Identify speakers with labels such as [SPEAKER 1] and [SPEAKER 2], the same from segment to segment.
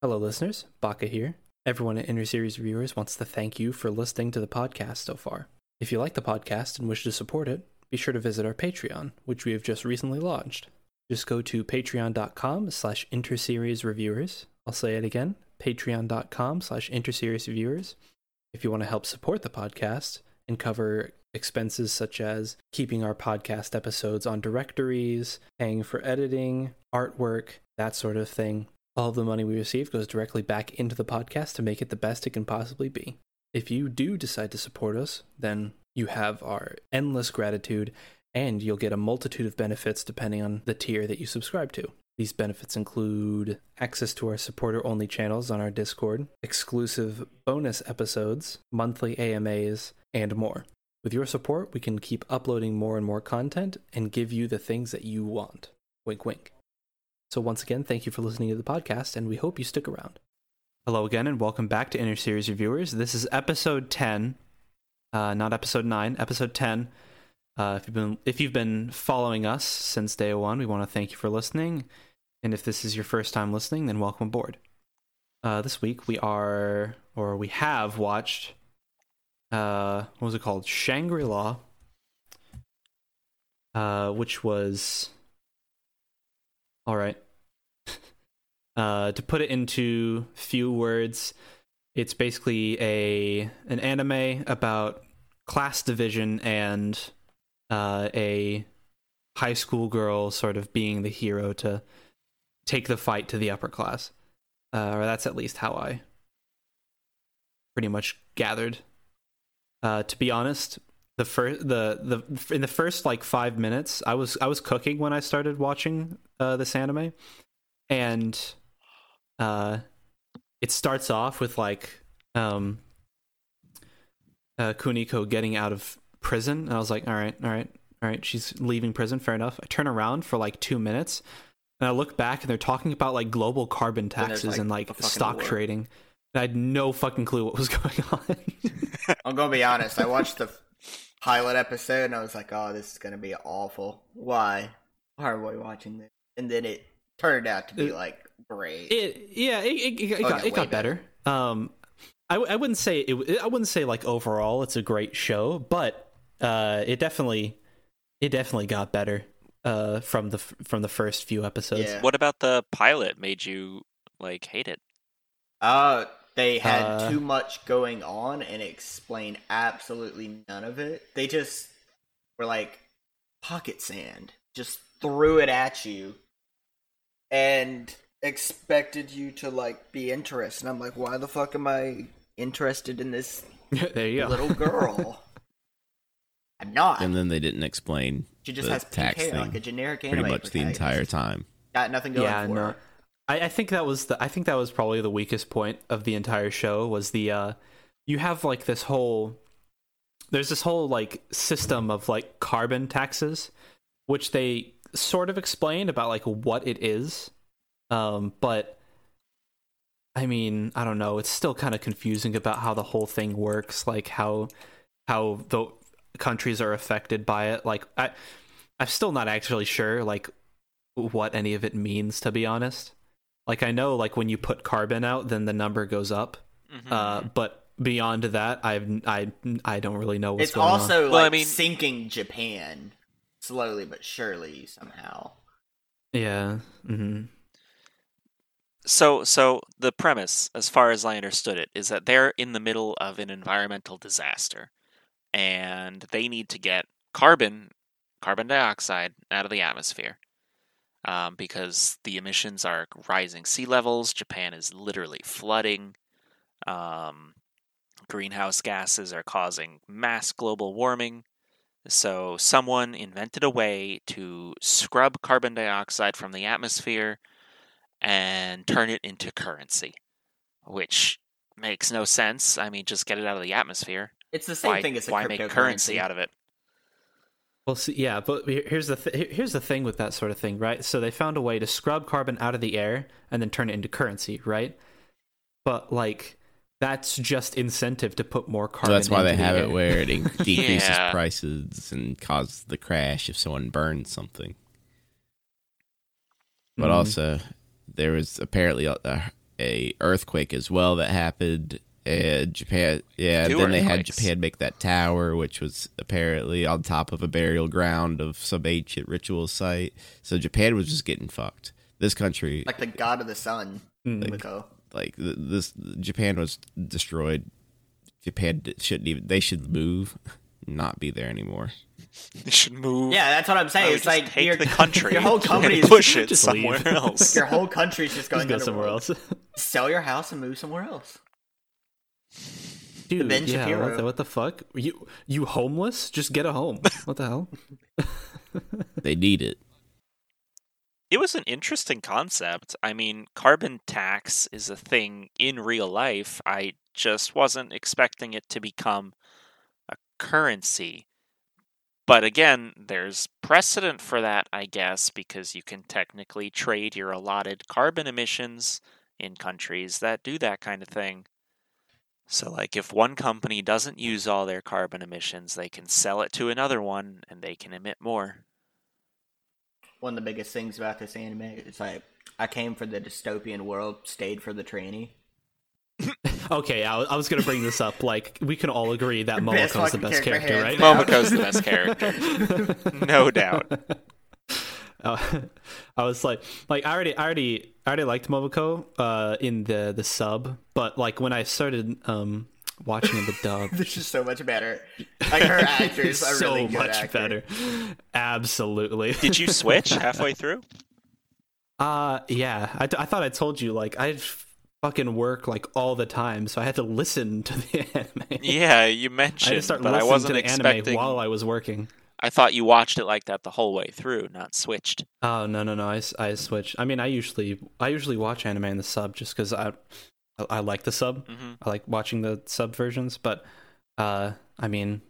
[SPEAKER 1] Hello, listeners. Baka here. Everyone at Inner Series Reviewers wants to thank you for listening to the podcast so far. If you like the podcast and wish to support it, be sure to visit our Patreon, which we have just recently launched. Just go to patreon.com slash interseries reviewers. I'll say it again, patreon.com slash interseries reviewers. If you want to help support the podcast and cover expenses such as keeping our podcast episodes on directories, paying for editing, artwork, that sort of thing, all of the money we receive goes directly back into the podcast to make it the best it can possibly be. If you do decide to support us, then you have our endless gratitude and you'll get a multitude of benefits depending on the tier that you subscribe to. These benefits include access to our supporter only channels on our Discord, exclusive bonus episodes, monthly AMAs, and more. With your support, we can keep uploading more and more content and give you the things that you want. Wink, wink. So, once again, thank you for listening to the podcast, and we hope you stick around. Hello again, and welcome back to Inner Series Reviewers. This is episode 10, uh, not episode 9, episode 10. Uh, if you've been if you've been following us since day one, we want to thank you for listening. And if this is your first time listening, then welcome aboard. Uh, this week we are or we have watched uh, what was it called Shangri La, uh, which was all right. uh, to put it into few words, it's basically a an anime about class division and uh, a high school girl sort of being the hero to take the fight to the upper class. Uh, or that's at least how I pretty much gathered. Uh, to be honest, the first the the in the first like five minutes, I was I was cooking when I started watching uh, this anime, and uh, it starts off with like um, uh, Kuniko getting out of prison, and I was like, all right, all right, all right, she's leaving prison, fair enough. I turn around for like two minutes, and I look back, and they're talking about like global carbon
[SPEAKER 2] there's,
[SPEAKER 1] taxes
[SPEAKER 2] like,
[SPEAKER 1] and
[SPEAKER 2] the
[SPEAKER 1] like
[SPEAKER 2] fucking
[SPEAKER 1] stock
[SPEAKER 2] war.
[SPEAKER 1] trading. And I had no fucking clue what was going on.
[SPEAKER 2] I'm gonna be honest. I watched the pilot episode and I was like, "Oh, this is gonna be awful. Why? Why are we watching this?" And then it turned out to be
[SPEAKER 1] It-
[SPEAKER 2] like great.
[SPEAKER 1] it yeah it, it, it
[SPEAKER 2] Oh,
[SPEAKER 1] got,
[SPEAKER 2] yeah,
[SPEAKER 1] it got
[SPEAKER 2] way
[SPEAKER 1] better.
[SPEAKER 2] better.
[SPEAKER 1] um I, I wouldn't say it i wouldn't say like overall it's a great show but uh it definitely it definitely got better uh from the f- from the first few episodes
[SPEAKER 2] Yeah.
[SPEAKER 3] What about the pilot made you like hate it?
[SPEAKER 2] Uh, they had
[SPEAKER 1] Uh,
[SPEAKER 2] too much going on and explained absolutely none of it. They just were like pocket sand, just threw it at you and expected you to like be interested. And I'm like, "Why the fuck am I interested in this
[SPEAKER 1] there you go
[SPEAKER 2] little girl. I'm not.
[SPEAKER 4] and then they didn't explain
[SPEAKER 2] she just
[SPEAKER 4] the
[SPEAKER 2] has
[SPEAKER 4] tax
[SPEAKER 2] PK like
[SPEAKER 4] thing
[SPEAKER 2] a generic anime.
[SPEAKER 4] pretty much the
[SPEAKER 2] protagonist.
[SPEAKER 4] entire time.
[SPEAKER 2] Got nothing going
[SPEAKER 1] yeah
[SPEAKER 2] for
[SPEAKER 1] no
[SPEAKER 2] her.
[SPEAKER 1] I, I think that was the i think that was probably the weakest point of the entire show was the uh you have like this whole there's this whole like system of like carbon taxes which they sort of explained about like what it is um but i mean i don't know it's still kind of confusing about how the whole thing works like how how the countries are affected by it like i i'm still not actually sure like what any of it means to be honest like i know like when you put carbon out then the number goes up uh
[SPEAKER 2] Mm-hmm.
[SPEAKER 1] but beyond that i've i i don't really know what's
[SPEAKER 2] It's
[SPEAKER 1] going on.
[SPEAKER 2] also like
[SPEAKER 3] Well, I mean-
[SPEAKER 2] sinking Japan slowly but surely somehow.
[SPEAKER 1] yeah hmm
[SPEAKER 3] so so the premise, as far as I understood it, is that they're in the middle of an environmental disaster and they need to get carbon carbon dioxide out of the atmosphere. Um, because the emissions are rising sea levels, Japan is literally flooding. Um, greenhouse gases are causing mass global warming. So, someone invented a way to scrub carbon dioxide from the atmosphere and turn it into currency, which makes no sense. I mean, just get it out of the atmosphere.
[SPEAKER 2] It's the same
[SPEAKER 3] why
[SPEAKER 2] thing as a
[SPEAKER 3] why
[SPEAKER 2] cryptocurrency.
[SPEAKER 3] make currency out of it?
[SPEAKER 1] Well, see, yeah, but here- here's the th- here's the thing with that sort of thing, right? So they found a way to scrub carbon out of the air and then turn it into currency, right? But like, that's just incentive to put more
[SPEAKER 4] So
[SPEAKER 1] carbon.
[SPEAKER 4] that's why they
[SPEAKER 1] into the
[SPEAKER 4] have
[SPEAKER 1] air.
[SPEAKER 4] it where it in- decreases
[SPEAKER 3] Yeah.
[SPEAKER 4] prices and causes the crash if someone burns something. But
[SPEAKER 1] Mhm.
[SPEAKER 4] also, there was apparently a, a, a earthquake as well that happened. And Japan, yeah.
[SPEAKER 3] Two
[SPEAKER 4] then they had
[SPEAKER 3] earthquakes.
[SPEAKER 4] Japan make that tower, which was apparently on top of a burial ground of some ancient ritual site. So Japan was just getting fucked. This country,
[SPEAKER 2] Like the god of the sun,
[SPEAKER 1] Mm.
[SPEAKER 2] Miko.
[SPEAKER 4] like th- this, Japan was destroyed. Japan d- shouldn't even. They should move, not be there anymore.
[SPEAKER 3] They should move.
[SPEAKER 2] Yeah, that's what I'm
[SPEAKER 3] I
[SPEAKER 2] saying.
[SPEAKER 3] would
[SPEAKER 2] it's
[SPEAKER 3] just
[SPEAKER 2] like
[SPEAKER 3] take
[SPEAKER 2] your,
[SPEAKER 3] the country.
[SPEAKER 2] your whole
[SPEAKER 3] and
[SPEAKER 2] company is
[SPEAKER 3] push it
[SPEAKER 1] Just
[SPEAKER 3] somewhere
[SPEAKER 1] leave.
[SPEAKER 3] else.
[SPEAKER 2] your whole country's just
[SPEAKER 1] Just
[SPEAKER 2] going
[SPEAKER 1] go
[SPEAKER 2] to
[SPEAKER 1] somewhere else.
[SPEAKER 2] Sell your house and move somewhere else.
[SPEAKER 1] Dude,
[SPEAKER 2] Ben
[SPEAKER 1] yeah, what
[SPEAKER 2] Shapiro.
[SPEAKER 1] the, what the fuck? You you homeless? Just get a home. What the hell?
[SPEAKER 4] They need it.
[SPEAKER 3] It was an interesting concept. I mean, carbon tax is a thing in real life. I just wasn't expecting it to become a currency. But again, there's precedent for that, I guess, because you can technically trade your allotted carbon emissions in countries that do that kind of thing. So, like, if one company doesn't use all their carbon emissions, they can sell it to another one and they can emit more.
[SPEAKER 2] One of the biggest things about this anime is like I came for the dystopian world, stayed for the tranny.
[SPEAKER 1] Okay, I, I was gonna bring this up. Like, we can all agree that Momoko's
[SPEAKER 2] Best
[SPEAKER 1] the
[SPEAKER 2] fucking
[SPEAKER 1] best
[SPEAKER 2] character,
[SPEAKER 1] character, right?
[SPEAKER 2] hands down.
[SPEAKER 3] Momoko's the best character. No doubt.
[SPEAKER 1] Uh, I was like, like I already, I already, I already liked Momoko uh, in the the sub, but like when I started um, watching in the dub,
[SPEAKER 2] This is so much better. Like her actors
[SPEAKER 1] it's
[SPEAKER 2] are
[SPEAKER 1] so
[SPEAKER 2] really good
[SPEAKER 1] much
[SPEAKER 2] actor.
[SPEAKER 1] better. Absolutely.
[SPEAKER 3] Did you switch halfway through?
[SPEAKER 1] Uh, yeah. I, I thought I told you, like, I fucking work, like, all the time, so I had to listen to the anime.
[SPEAKER 3] Yeah,
[SPEAKER 1] I
[SPEAKER 3] you
[SPEAKER 1] had to
[SPEAKER 3] mentioned,
[SPEAKER 1] start
[SPEAKER 3] but I
[SPEAKER 1] listening
[SPEAKER 3] wasn't
[SPEAKER 1] to the anime
[SPEAKER 3] expecting.
[SPEAKER 1] while I was working.
[SPEAKER 3] I thought you watched it like that the whole way through, not switched.
[SPEAKER 1] Oh, no, no, no. I, s- I switched. I mean, I usually, I usually watch anime in the sub just because I, I, I like the sub.
[SPEAKER 3] hmm
[SPEAKER 1] I like watching the sub versions, but, uh, I mean,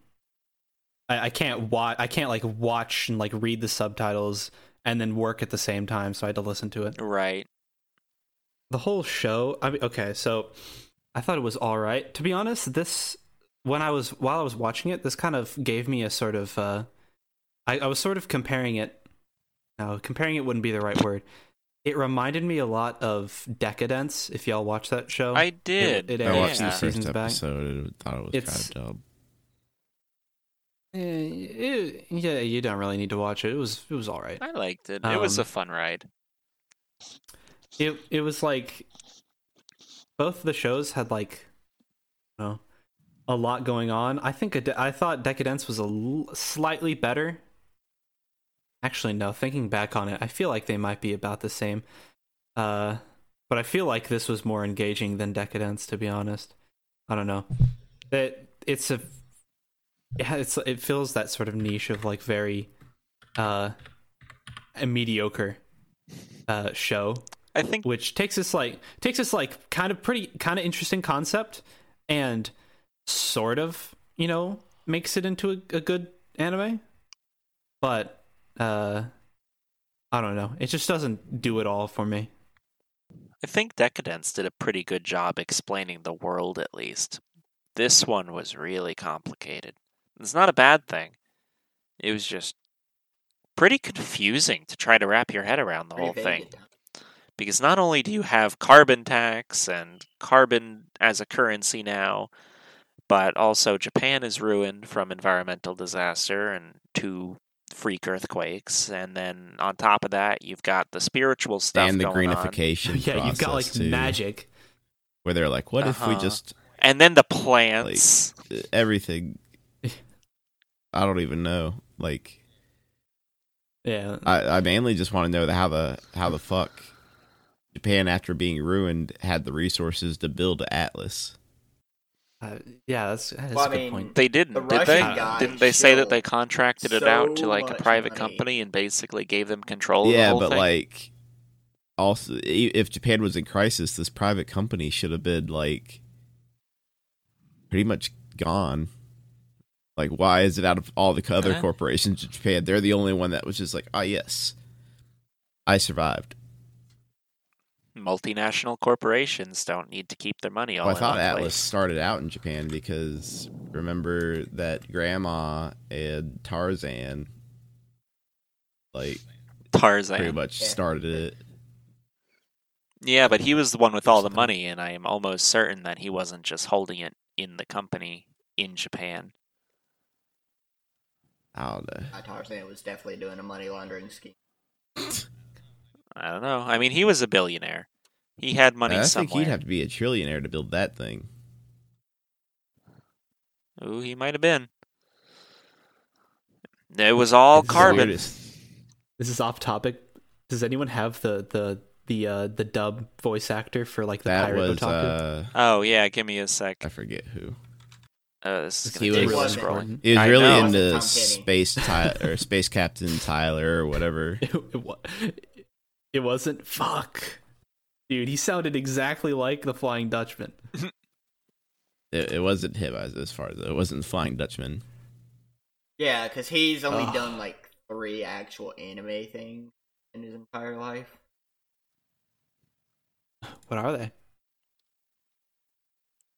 [SPEAKER 1] I, I can't watch, I can't, like, watch and, like, read the subtitles and then work at the same time, so I had to listen to it.
[SPEAKER 3] Right.
[SPEAKER 1] the whole show i mean okay so i thought it was all right to be honest this when i was while i was watching it this kind of gave me a sort of uh i, I was sort of comparing it no comparing it wouldn't be the right word it reminded me a lot of decadence if y'all watch that show
[SPEAKER 3] I did.
[SPEAKER 1] Oh, it
[SPEAKER 4] I
[SPEAKER 1] Yeah.
[SPEAKER 4] watched
[SPEAKER 1] Yeah.
[SPEAKER 4] the first
[SPEAKER 1] Seasons back.
[SPEAKER 4] episode and thought it was
[SPEAKER 1] It's-
[SPEAKER 4] kind of dumb.
[SPEAKER 1] Eh, it- yeah you don't really need to watch it it was it was all right
[SPEAKER 3] I liked it. It was
[SPEAKER 1] Um,
[SPEAKER 3] a fun ride.
[SPEAKER 1] it it was like both the shows had like you know a lot going on i think a de- i thought decadence was a l- slightly better actually no thinking back on it i feel like they might be about the same uh but i feel like this was more engaging than decadence to be honest i don't know that it's a it ha- it's it fills that sort of niche of like very uh a mediocre uh show
[SPEAKER 3] I think
[SPEAKER 1] which takes this like takes this like kind of pretty kind of interesting concept and sort of you know makes it into a, a good anime but uh i don't know it just doesn't do it all for me
[SPEAKER 3] I think Decadence did a pretty good job explaining the world at least. This one was really complicated. It's not a bad thing. It was just pretty confusing to try to wrap your head around the
[SPEAKER 2] Pretty
[SPEAKER 1] Oh,
[SPEAKER 3] whole
[SPEAKER 2] vague
[SPEAKER 3] thing.
[SPEAKER 2] at times.
[SPEAKER 3] because not only do you have carbon tax and carbon as a currency now, but also Japan is ruined from environmental disaster and two freak earthquakes, and then on top of that, you've got the spiritual stuff
[SPEAKER 4] and the
[SPEAKER 3] going on.
[SPEAKER 4] greenification.
[SPEAKER 1] yeah you've got like
[SPEAKER 4] process, too,
[SPEAKER 1] magic
[SPEAKER 4] where they're like, "What if we
[SPEAKER 3] Uh-huh.
[SPEAKER 4] just uh,
[SPEAKER 3] and then the plants.
[SPEAKER 4] everything?" I don't even know. Like,
[SPEAKER 1] yeah
[SPEAKER 4] I, I mainly just want to know the, how the how the fuck Japan, after being ruined, had the resources to build an atlas.
[SPEAKER 1] uh, yeah that's, that's
[SPEAKER 2] Well,
[SPEAKER 1] a
[SPEAKER 2] I
[SPEAKER 1] good
[SPEAKER 2] mean,
[SPEAKER 1] point
[SPEAKER 3] they didn't,
[SPEAKER 2] The
[SPEAKER 3] did
[SPEAKER 2] Russian
[SPEAKER 3] they?
[SPEAKER 1] guy
[SPEAKER 3] Didn't they say that they
[SPEAKER 2] shilled
[SPEAKER 3] contracted it out to
[SPEAKER 2] so
[SPEAKER 3] like a
[SPEAKER 2] much
[SPEAKER 3] private
[SPEAKER 2] money.
[SPEAKER 3] company and basically gave them control? of the
[SPEAKER 4] yeah,
[SPEAKER 3] whole
[SPEAKER 4] but
[SPEAKER 3] thing?
[SPEAKER 4] like, also, i- if Japan was in crisis, this private company should have been like pretty much gone. Like, why is it out of all the co- other
[SPEAKER 3] Uh-huh.
[SPEAKER 4] corporations in Japan? They're the only one that was just like, ah, yes, I survived.
[SPEAKER 3] multinational corporations don't need to keep their money all
[SPEAKER 4] Well, I
[SPEAKER 3] in
[SPEAKER 4] thought
[SPEAKER 3] one
[SPEAKER 4] Atlas
[SPEAKER 3] place.
[SPEAKER 4] started out in Japan because remember that grandma and Tarzan, like
[SPEAKER 3] Tarzan.
[SPEAKER 4] pretty much
[SPEAKER 2] Yeah.
[SPEAKER 4] started it.
[SPEAKER 3] Yeah, but he was the one with all the money, and I am almost certain that he wasn't just holding it in the company in Japan.
[SPEAKER 4] I don't know.
[SPEAKER 2] Tarzan was definitely doing a money laundering scheme.
[SPEAKER 3] I don't know. I mean, he was a billionaire. He had money
[SPEAKER 4] I think
[SPEAKER 3] somewhere.
[SPEAKER 4] he'd have to be a trillionaire to build that thing.
[SPEAKER 3] Ooh, he might have been. It was all
[SPEAKER 4] This is the
[SPEAKER 3] carbon.
[SPEAKER 4] weirdest-
[SPEAKER 1] This is off topic. Does anyone have the the the uh, the dub voice actor for like the
[SPEAKER 4] That
[SPEAKER 1] pirate
[SPEAKER 4] was
[SPEAKER 1] otaku?
[SPEAKER 4] uh,
[SPEAKER 3] Oh yeah, give me a sec.
[SPEAKER 4] I forget who.
[SPEAKER 3] Uh, this is
[SPEAKER 4] He
[SPEAKER 3] gonna take
[SPEAKER 4] was-
[SPEAKER 3] some
[SPEAKER 2] Wasn't
[SPEAKER 3] scrolling.
[SPEAKER 1] important.
[SPEAKER 4] It was
[SPEAKER 3] I
[SPEAKER 4] really
[SPEAKER 3] know.
[SPEAKER 4] into
[SPEAKER 2] Tom Kenny.
[SPEAKER 4] space Ty- or space captain Tyler or whatever.
[SPEAKER 1] It, it, wa- it wasn't. Fuck, dude. He sounded exactly like the Flying Dutchman.
[SPEAKER 4] It, it wasn't him as, as far as it wasn't Flying Dutchman.
[SPEAKER 2] Yeah, because he's only
[SPEAKER 1] Ugh.
[SPEAKER 2] done like three actual anime things in his entire life.
[SPEAKER 1] What are they?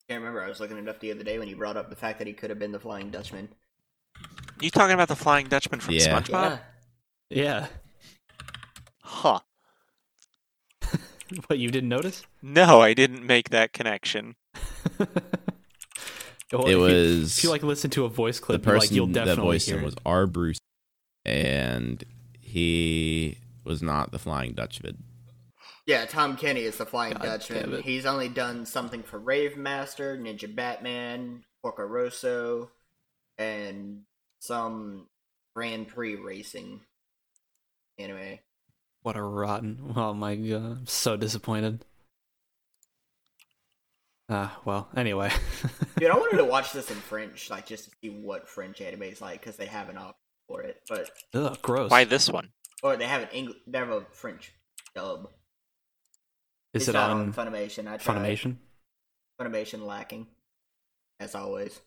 [SPEAKER 2] Can't remember. I was looking it up the other day when you brought up the fact that he could have been the Flying Dutchman.
[SPEAKER 3] You talking about the Flying Dutchman from
[SPEAKER 4] Yeah.
[SPEAKER 3] SpongeBob?
[SPEAKER 2] Yeah.
[SPEAKER 1] Yeah.
[SPEAKER 3] Huh.
[SPEAKER 1] What you didn't notice?
[SPEAKER 3] No, I didn't make that connection.
[SPEAKER 1] Well, if
[SPEAKER 4] it
[SPEAKER 1] you-
[SPEAKER 4] was
[SPEAKER 1] If you like listen to a voice
[SPEAKER 4] the
[SPEAKER 1] clip, you're like
[SPEAKER 4] person
[SPEAKER 1] you'll
[SPEAKER 4] that
[SPEAKER 1] definitely
[SPEAKER 4] voiced
[SPEAKER 1] hear
[SPEAKER 4] him
[SPEAKER 1] it.
[SPEAKER 4] was R. Bruce, and he was not the Flying Dutchman.
[SPEAKER 2] Yeah, Tom Kenny is the Flying
[SPEAKER 1] God damn
[SPEAKER 2] Dutchman.
[SPEAKER 1] it.
[SPEAKER 2] He's only done something for Rave Master, Ninja Batman, Porco Rosso, and some Grand Prix racing anime.
[SPEAKER 1] What a rotten! Oh my god, I'm so disappointed. Ah, well. Anyway,
[SPEAKER 2] Dude, I wanted to watch this in French, like just to see what French anime is like, because they have an option for it, but
[SPEAKER 1] Ugh, gross.
[SPEAKER 3] Why this one?
[SPEAKER 2] or they have an English, they have a French dub.
[SPEAKER 1] is
[SPEAKER 2] it's
[SPEAKER 1] it
[SPEAKER 2] not
[SPEAKER 1] on
[SPEAKER 2] Funimation? I tried.
[SPEAKER 1] Funimation?
[SPEAKER 2] Funimation lacking, as always.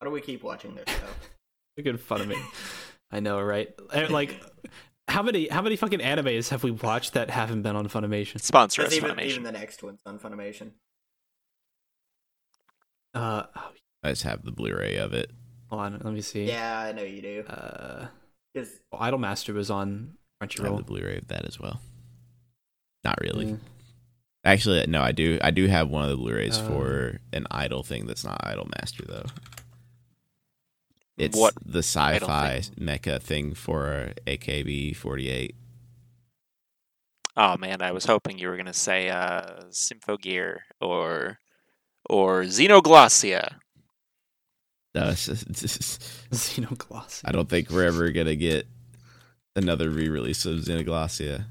[SPEAKER 2] How do we keep watching this though?
[SPEAKER 1] Making fun of me. I know, right? Eh, Like, how many how many fucking animes have we watched that haven't been on Funimation?
[SPEAKER 3] Sponsor us,
[SPEAKER 2] Because even,
[SPEAKER 3] Funimation.
[SPEAKER 2] even the next one's on Funimation.
[SPEAKER 1] Uh, oh,
[SPEAKER 4] I just have the Blu-ray of it.
[SPEAKER 1] hold on, let me see.
[SPEAKER 2] Yeah, I know you do.
[SPEAKER 1] Uh,
[SPEAKER 2] Because
[SPEAKER 1] well, Idolmaster was on
[SPEAKER 4] I have the
[SPEAKER 1] Crunchyroll.
[SPEAKER 4] Blu-ray of that as well. Not really.
[SPEAKER 1] Yeah.
[SPEAKER 4] Actually, no, I do. I do have one of the Blu-rays
[SPEAKER 1] Oh.
[SPEAKER 4] for an Idol thing that's not Idol Master though. It's
[SPEAKER 3] What
[SPEAKER 4] the sci-fi
[SPEAKER 3] thing?
[SPEAKER 4] mecha thing for AKB48.
[SPEAKER 3] Oh man, I was hoping you were gonna say uh, Symphogear or or Xenoglossia.
[SPEAKER 4] No, it's just- it's just-
[SPEAKER 1] Xenoglossy.
[SPEAKER 4] I don't think we're ever gonna get another re-release of Xenoglossia.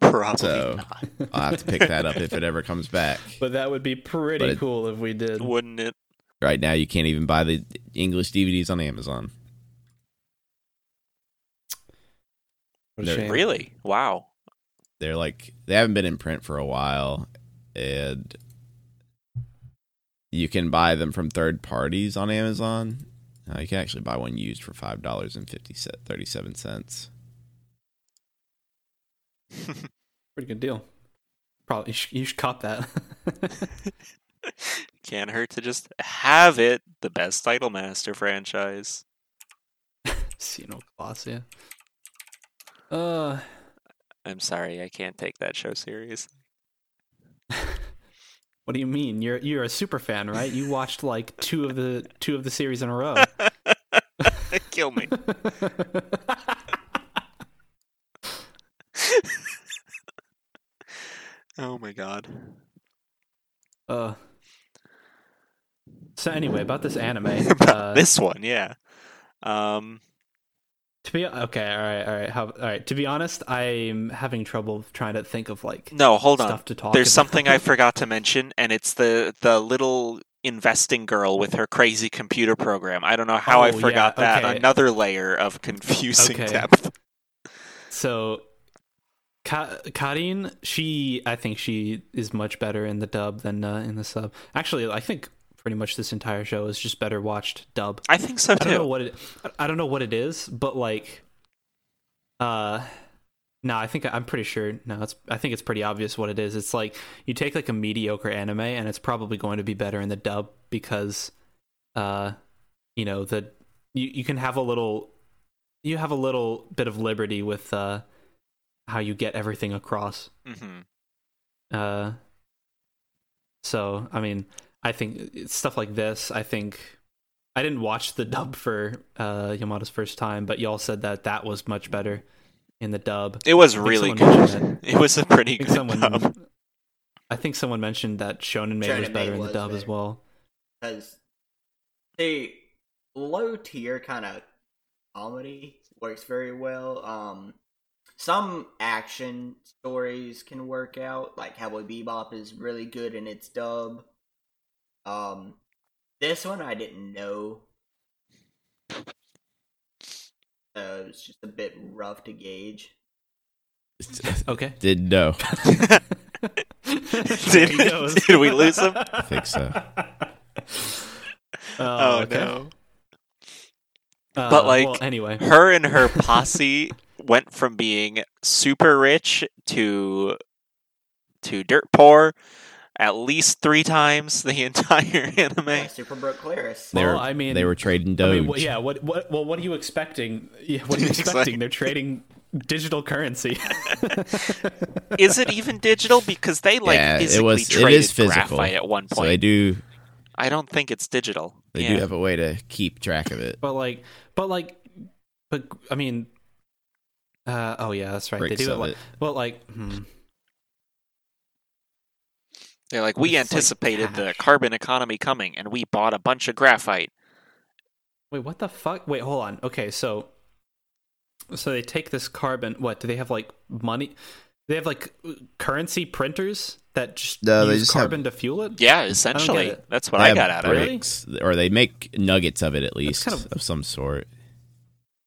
[SPEAKER 3] Probably
[SPEAKER 4] So-
[SPEAKER 3] not.
[SPEAKER 4] I'll have to pick that up if it ever comes back.
[SPEAKER 1] But that would be pretty
[SPEAKER 4] But it-
[SPEAKER 1] cool if we did.
[SPEAKER 3] Wouldn't it?
[SPEAKER 4] Right now, you can't even buy the English DVDs on Amazon.
[SPEAKER 1] What a
[SPEAKER 4] No,
[SPEAKER 1] shame.
[SPEAKER 3] Really? Wow.
[SPEAKER 4] They're like they haven't been in print for a while, and you can buy them from third parties on Amazon. Uh, you can actually buy one used for five dollars and fifty thirty-seven cents.
[SPEAKER 1] Pretty good deal. Probably you should, you should cop that.
[SPEAKER 3] Can't hurt to just have it. The best Title Master franchise.
[SPEAKER 1] Xenoglossy. Uh,
[SPEAKER 3] I'm sorry, I can't take that show serious.
[SPEAKER 1] what do you mean? You're you're a super fan, right? You watched like two of the two of the series in a row.
[SPEAKER 3] Kill me. oh my god.
[SPEAKER 1] uh. So anyway, about this anime. uh,
[SPEAKER 3] this one, yeah. Um,
[SPEAKER 1] To be okay, all right, all right, how, all right. To be honest, I'm having trouble trying to think of like
[SPEAKER 3] no, hold on.
[SPEAKER 1] stuff to talk.
[SPEAKER 3] There's
[SPEAKER 1] about.
[SPEAKER 3] something I forgot to mention, and it's the the little investing girl with her crazy computer program. I don't know how I
[SPEAKER 1] Oh, yeah,
[SPEAKER 3] forgot that.
[SPEAKER 1] okay.
[SPEAKER 3] Another layer of confusing
[SPEAKER 1] Okay.
[SPEAKER 3] depth.
[SPEAKER 1] So, Ka- Karin, she, I think she is much better in the dub than uh, in the sub. Actually, I think pretty much this entire show is just better watched dub.
[SPEAKER 3] I think so
[SPEAKER 1] I don't know
[SPEAKER 3] too.
[SPEAKER 1] what it, I don't know what it is, but like, uh, no, I think I'm pretty sure. No, it's I think it's pretty obvious what it is. It's like you take like a mediocre anime, and it's probably going to be better in the dub because, uh, you know the you you can have a little you have a little bit of liberty with uh how you get everything across.
[SPEAKER 3] hmm
[SPEAKER 1] Uh, so I mean, I think it's stuff like this. I think I didn't watch the dub for uh, Yamada's first time, but y'all said that that was much better in the dub.
[SPEAKER 3] It was
[SPEAKER 1] think
[SPEAKER 3] really
[SPEAKER 1] someone
[SPEAKER 3] good.
[SPEAKER 1] mentioned
[SPEAKER 3] It was a pretty
[SPEAKER 1] I think
[SPEAKER 3] good dub.
[SPEAKER 1] someone, I think someone mentioned that Shonen Maid
[SPEAKER 2] Shonen
[SPEAKER 1] was
[SPEAKER 2] Maid
[SPEAKER 1] better in the
[SPEAKER 2] was
[SPEAKER 1] dub as
[SPEAKER 2] better.
[SPEAKER 1] well.
[SPEAKER 2] because the low tier kind of comedy works very well. Um, some action stories can work out, like Cowboy Bebop is really good in its dub. Um, this one I didn't know, so it's just a bit rough to gauge.
[SPEAKER 1] Okay.
[SPEAKER 4] Did no.
[SPEAKER 3] Did-
[SPEAKER 1] He knows.
[SPEAKER 3] did we lose him?
[SPEAKER 1] I
[SPEAKER 4] think so.
[SPEAKER 3] Oh,
[SPEAKER 1] okay.
[SPEAKER 3] no.
[SPEAKER 1] Uh,
[SPEAKER 3] But, like,
[SPEAKER 1] well, anyway,
[SPEAKER 3] Her and her posse went from being super rich to to dirt poor at least three times the entire
[SPEAKER 2] Yeah,
[SPEAKER 3] anime.
[SPEAKER 2] Super Broke Uh, Claris.
[SPEAKER 4] They
[SPEAKER 1] Well,
[SPEAKER 4] were,
[SPEAKER 1] I mean-
[SPEAKER 4] they were trading
[SPEAKER 1] I
[SPEAKER 4] doge.
[SPEAKER 1] mean, well, yeah. What, what, well, what are you expecting? Yeah, what are you
[SPEAKER 3] Exactly.
[SPEAKER 1] expecting? They're trading digital currency.
[SPEAKER 3] Is it even digital? Because they like
[SPEAKER 4] Yeah, it
[SPEAKER 3] physically
[SPEAKER 4] was- it
[SPEAKER 3] traded
[SPEAKER 4] is physical.
[SPEAKER 3] graphite at one
[SPEAKER 4] So they
[SPEAKER 3] point.
[SPEAKER 4] do
[SPEAKER 3] I don't think it's digital.
[SPEAKER 4] they
[SPEAKER 3] yeah.
[SPEAKER 4] do have a way to keep track of it.
[SPEAKER 1] but like, but like, but I mean, uh, oh yeah, that's right. They
[SPEAKER 4] Bricks
[SPEAKER 1] do it.
[SPEAKER 4] of
[SPEAKER 1] Like,
[SPEAKER 4] it.
[SPEAKER 1] Well, like, hmm,
[SPEAKER 3] They're like, we
[SPEAKER 1] It's like
[SPEAKER 3] anticipated the
[SPEAKER 1] cash.
[SPEAKER 3] carbon economy coming, and we bought a bunch of graphite.
[SPEAKER 1] wait, what the fuck? Wait, hold on. Okay, so, so they take this carbon. What do they have? Like money? They have like currency printers that just
[SPEAKER 4] No, they
[SPEAKER 1] use
[SPEAKER 4] just have-
[SPEAKER 1] carbon to fuel it.
[SPEAKER 3] Yeah, essentially,
[SPEAKER 1] it.
[SPEAKER 3] that's what
[SPEAKER 4] They
[SPEAKER 3] I
[SPEAKER 4] have
[SPEAKER 3] got out of it.
[SPEAKER 1] Really?
[SPEAKER 4] bricks, or they make nuggets of it at least
[SPEAKER 1] kind
[SPEAKER 4] of,
[SPEAKER 1] of-
[SPEAKER 4] some sort,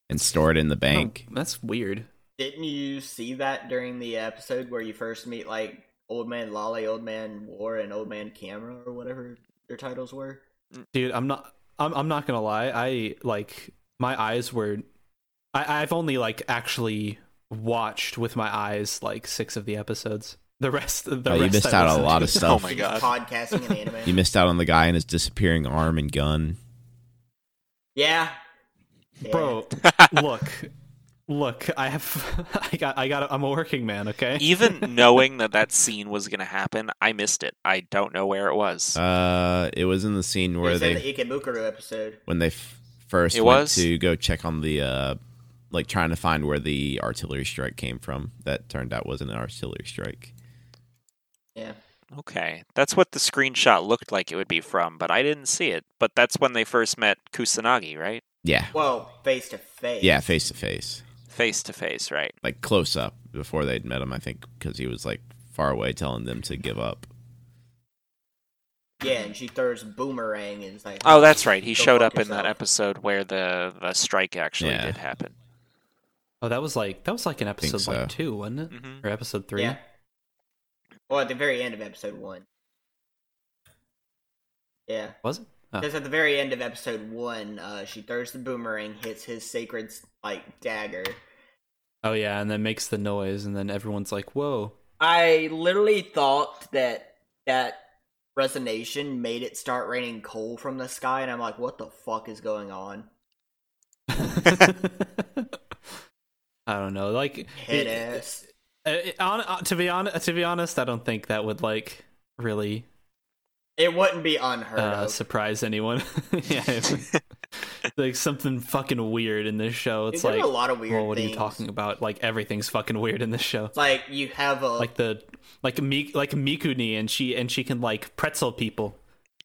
[SPEAKER 4] and store it in the
[SPEAKER 1] Oh,
[SPEAKER 4] bank.
[SPEAKER 1] that's weird.
[SPEAKER 2] Didn't you see that during the episode where you first meet like Old Man Lolly, Old Man War, and Old Man Camera or whatever their titles were?
[SPEAKER 4] Oh
[SPEAKER 1] dude i'm not i'm, I'm not gonna lie i like my eyes were I, i've only like actually watched with my eyes like six of the episodes the rest the
[SPEAKER 4] Oh, you
[SPEAKER 1] rest
[SPEAKER 4] missed
[SPEAKER 1] I
[SPEAKER 4] out on a
[SPEAKER 1] listened
[SPEAKER 4] lot
[SPEAKER 1] to.
[SPEAKER 4] of stuff.
[SPEAKER 3] Oh my
[SPEAKER 2] Just
[SPEAKER 3] God.
[SPEAKER 2] podcasting and anime.
[SPEAKER 4] You missed out on the guy and his disappearing arm and gun.
[SPEAKER 2] yeah. Yeah.
[SPEAKER 1] bro look look i have i got i got i'm a working man okay
[SPEAKER 3] Even knowing that that scene was going to happen, I missed it. I don't know where it was.
[SPEAKER 4] Uh, it was in the scene
[SPEAKER 2] It
[SPEAKER 4] where
[SPEAKER 2] was
[SPEAKER 4] they
[SPEAKER 2] in the e- Ikebukuro episode.
[SPEAKER 4] when they f- first
[SPEAKER 3] It
[SPEAKER 4] went
[SPEAKER 3] was?
[SPEAKER 4] to go check on the uh, like trying to find where the artillery strike came from. That turned out was an artillery strike.
[SPEAKER 2] Yeah.
[SPEAKER 3] Okay, that's what the screenshot looked like it would be from, but I didn't see it. But that's when they first met Kusanagi, right?
[SPEAKER 4] Yeah,
[SPEAKER 2] Well, face to face.
[SPEAKER 4] yeah, face to face,
[SPEAKER 3] Face to face, right?
[SPEAKER 4] like close up before they'd met him. I think because he was like far away, telling them to give up.
[SPEAKER 2] Yeah, and she throws a boomerang and it's like.
[SPEAKER 3] Oh, that's right. He
[SPEAKER 2] Go
[SPEAKER 3] showed
[SPEAKER 2] fuck
[SPEAKER 3] up in that
[SPEAKER 2] yourself.
[SPEAKER 3] episode where the, the strike actually
[SPEAKER 4] Yeah.
[SPEAKER 3] did happen.
[SPEAKER 1] oh that was like that was like an episode
[SPEAKER 4] so.
[SPEAKER 1] like two wasn't it
[SPEAKER 3] Mhm.
[SPEAKER 1] or episode three
[SPEAKER 2] Mm-hmm. Yeah. Well, at the very end of episode one. Yeah.
[SPEAKER 1] was it Oh.
[SPEAKER 2] Because at the very end of episode one, uh, she throws the boomerang, hits his sacred like dagger.
[SPEAKER 1] oh yeah and then makes the noise and then everyone's like whoa
[SPEAKER 2] I literally thought that that resonation made it start raining coal from the sky, and I'm like, what the fuck is going on?
[SPEAKER 1] i don't know like it-
[SPEAKER 2] Hit ass.
[SPEAKER 1] Uh, it- on, uh, to be honest, to be honest, I don't think that would like really
[SPEAKER 2] It wouldn't be unheard
[SPEAKER 1] uh,
[SPEAKER 2] of.
[SPEAKER 1] surprise anyone. yeah, if- like something fucking weird in this show. It's
[SPEAKER 2] Dude, there
[SPEAKER 1] like,
[SPEAKER 2] were a lot of weird
[SPEAKER 1] well, what are you
[SPEAKER 2] things.
[SPEAKER 1] talking about? Like everything's fucking weird in this show.
[SPEAKER 2] It's like you have a
[SPEAKER 1] Like the like Mi- like Mikuni and she and she can like pretzel people.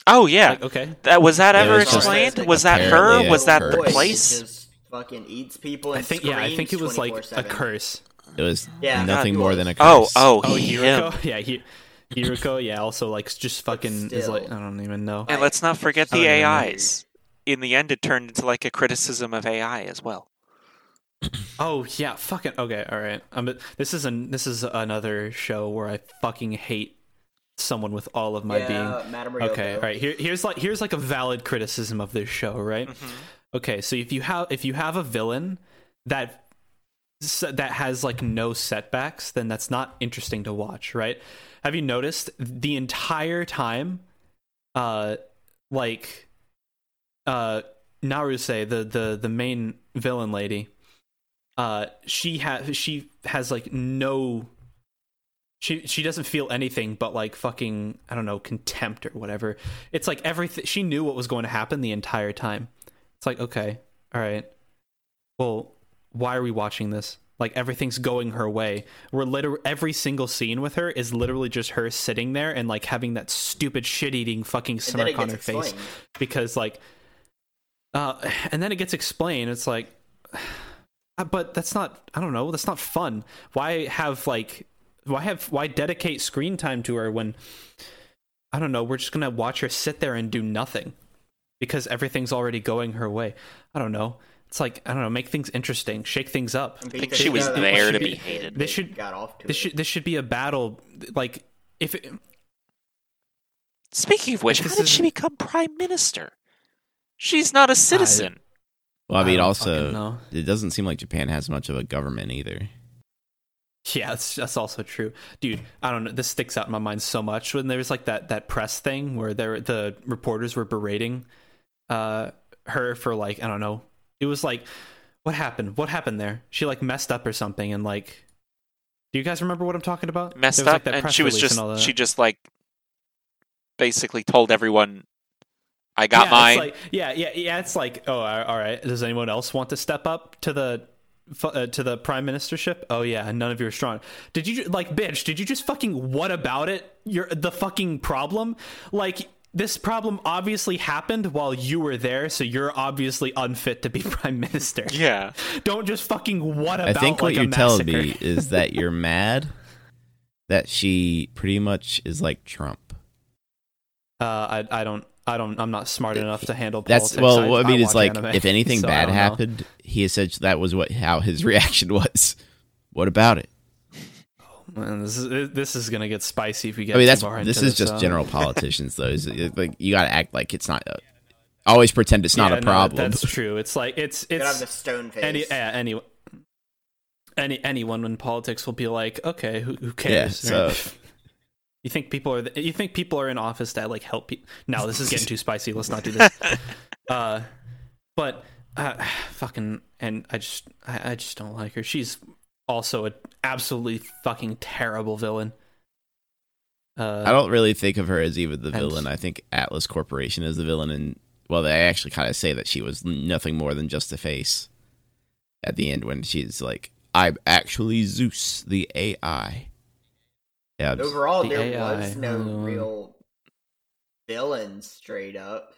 [SPEAKER 3] Oh, yeah.
[SPEAKER 1] Like okay,
[SPEAKER 3] That was that
[SPEAKER 4] Yeah,
[SPEAKER 3] ever
[SPEAKER 4] it's just-
[SPEAKER 3] explained? Was that
[SPEAKER 4] Apparently,
[SPEAKER 3] her?
[SPEAKER 4] yeah.
[SPEAKER 3] Was that the
[SPEAKER 4] Boy,
[SPEAKER 3] place?
[SPEAKER 2] Just fucking eats people. And
[SPEAKER 1] I think yeah, I think it was like a
[SPEAKER 2] curse.
[SPEAKER 1] curse.
[SPEAKER 4] It was
[SPEAKER 2] Yeah.
[SPEAKER 4] nothing
[SPEAKER 2] God,
[SPEAKER 4] more
[SPEAKER 2] it
[SPEAKER 4] than a
[SPEAKER 2] was.
[SPEAKER 3] Oh,
[SPEAKER 4] curse.
[SPEAKER 3] oh,
[SPEAKER 1] Oh,
[SPEAKER 3] him.
[SPEAKER 1] Hiroko, yeah, he, Hiroko, yeah, also like just fucking is
[SPEAKER 2] still.
[SPEAKER 1] like I don't even know.
[SPEAKER 3] And let's not forget
[SPEAKER 1] I don't
[SPEAKER 3] the
[SPEAKER 1] even know.
[SPEAKER 3] AIs. In the end, it turned into like a criticism of AI as well.
[SPEAKER 1] Oh yeah, fucking okay. All right, I'm. This is an this is another show where I fucking hate someone with all of my being.
[SPEAKER 2] Madame
[SPEAKER 1] Okay,
[SPEAKER 2] Ryoko.
[SPEAKER 1] all right. Here, here's like here's like a valid criticism of this show, right?
[SPEAKER 3] Hmm.
[SPEAKER 1] Okay, so if you have if you have a villain that s- that has like no setbacks, then that's not interesting to watch, right? Have you noticed the entire time, uh, like, uh, Naruse, the the the main villain lady, uh, she has she has like no she she doesn't feel anything but like fucking I don't know contempt or whatever. It's like everything she knew what was going to happen the entire time. It's like okay, all right. Well, why are we watching this? Like everything's going her way. We're liter- every single scene with her is literally just her sitting there and like having that stupid shit eating fucking
[SPEAKER 2] And then
[SPEAKER 1] smirk
[SPEAKER 2] it
[SPEAKER 1] on
[SPEAKER 2] gets
[SPEAKER 1] her face
[SPEAKER 2] explained.
[SPEAKER 1] because like uh and then it gets explained it's like uh, but that's not i don't know that's not fun why have like why have why dedicate screen time to her when i don't know we're just gonna watch her sit there and do nothing because everything's already going her way i don't know it's like i don't know make things interesting shake things up
[SPEAKER 2] And
[SPEAKER 3] think
[SPEAKER 2] because
[SPEAKER 3] she
[SPEAKER 2] they
[SPEAKER 3] was
[SPEAKER 2] got off
[SPEAKER 1] there to
[SPEAKER 2] it,
[SPEAKER 1] be
[SPEAKER 3] hated.
[SPEAKER 2] they
[SPEAKER 1] They should-
[SPEAKER 2] got off to
[SPEAKER 1] this
[SPEAKER 2] it.
[SPEAKER 1] should this should be a battle like if it,
[SPEAKER 3] Speaking of which,
[SPEAKER 1] This
[SPEAKER 3] how did she
[SPEAKER 1] isn't-
[SPEAKER 3] become prime minister? She's not a citizen.
[SPEAKER 4] Well, I mean,
[SPEAKER 1] don't fucking
[SPEAKER 4] also,
[SPEAKER 1] know.
[SPEAKER 4] it doesn't seem like Japan has much of a government either.
[SPEAKER 1] Yeah, that's, that's also true, dude. I don't know. This sticks out in my mind so much when there was like that that press thing where there the reporters were berating uh her for like I don't know. It was like, what happened? What happened there? She like messed up or something, and like, do you guys remember what I'm talking about?
[SPEAKER 3] Messed
[SPEAKER 1] There was,
[SPEAKER 3] up,
[SPEAKER 1] that
[SPEAKER 3] and
[SPEAKER 1] press
[SPEAKER 3] she was
[SPEAKER 1] release
[SPEAKER 3] just
[SPEAKER 1] all that.
[SPEAKER 3] she just like basically told everyone, "I got
[SPEAKER 1] yeah,
[SPEAKER 3] mine."
[SPEAKER 1] It's like, yeah, yeah, yeah. It's like, oh, all all right. Does anyone else want to step up to the fu- uh, to the prime ministership? Oh yeah, none of you are strong. Did you ju- like, bitch? Did you just fucking what about it? You're the fucking problem. Like this problem obviously happened while you were there, so you're obviously unfit to be prime minister.
[SPEAKER 3] yeah,
[SPEAKER 1] Don't just fucking what
[SPEAKER 4] I
[SPEAKER 1] about?
[SPEAKER 4] think what
[SPEAKER 1] like, a
[SPEAKER 4] you're telling
[SPEAKER 1] massacre.
[SPEAKER 4] me is that you're mad that she pretty much is like Trump.
[SPEAKER 1] Uh, I I don't. I don't. I'm not smart enough to handle.
[SPEAKER 4] That's
[SPEAKER 1] politics.
[SPEAKER 4] well. what I mean, it's
[SPEAKER 1] watch
[SPEAKER 4] like
[SPEAKER 1] anime,
[SPEAKER 4] if anything
[SPEAKER 1] so I
[SPEAKER 4] bad
[SPEAKER 1] don't know.
[SPEAKER 4] happened, he essentially that was what how his reaction was. What about it?
[SPEAKER 1] Man, this is this is gonna get spicy if we get.
[SPEAKER 4] I mean,
[SPEAKER 1] too
[SPEAKER 4] that's
[SPEAKER 1] far
[SPEAKER 4] this
[SPEAKER 1] into
[SPEAKER 4] is just
[SPEAKER 1] uh,
[SPEAKER 4] general politicians, though. Is it- like you got to act like it's not. A, always pretend it's not
[SPEAKER 1] Yeah,
[SPEAKER 4] a
[SPEAKER 1] no,
[SPEAKER 4] problem.
[SPEAKER 1] that's true. It's like it's
[SPEAKER 2] Get off the
[SPEAKER 1] it's
[SPEAKER 2] stone face.
[SPEAKER 1] any yeah, any any anyone in politics will be like, okay, who, who
[SPEAKER 4] Yeah,
[SPEAKER 1] cares?
[SPEAKER 4] so-
[SPEAKER 1] You think people are you think people are in office that like help people? No, this is getting too spicy. Let's not do this. uh, but uh, fucking and I just I, I just don't like her. She's also an absolutely fucking terrible villain. Uh,
[SPEAKER 4] I don't really think of her as even the
[SPEAKER 1] I'm-
[SPEAKER 4] villain. I think Atlas Corporation is the villain, and well, they actually kind of say that she was nothing more than just a face at the end when she's like, "I'm actually Zeus, the AI." Yeah, I'm s-
[SPEAKER 2] Overall,
[SPEAKER 1] The
[SPEAKER 2] there
[SPEAKER 1] AI,
[SPEAKER 2] was no
[SPEAKER 1] um,
[SPEAKER 2] real villain straight up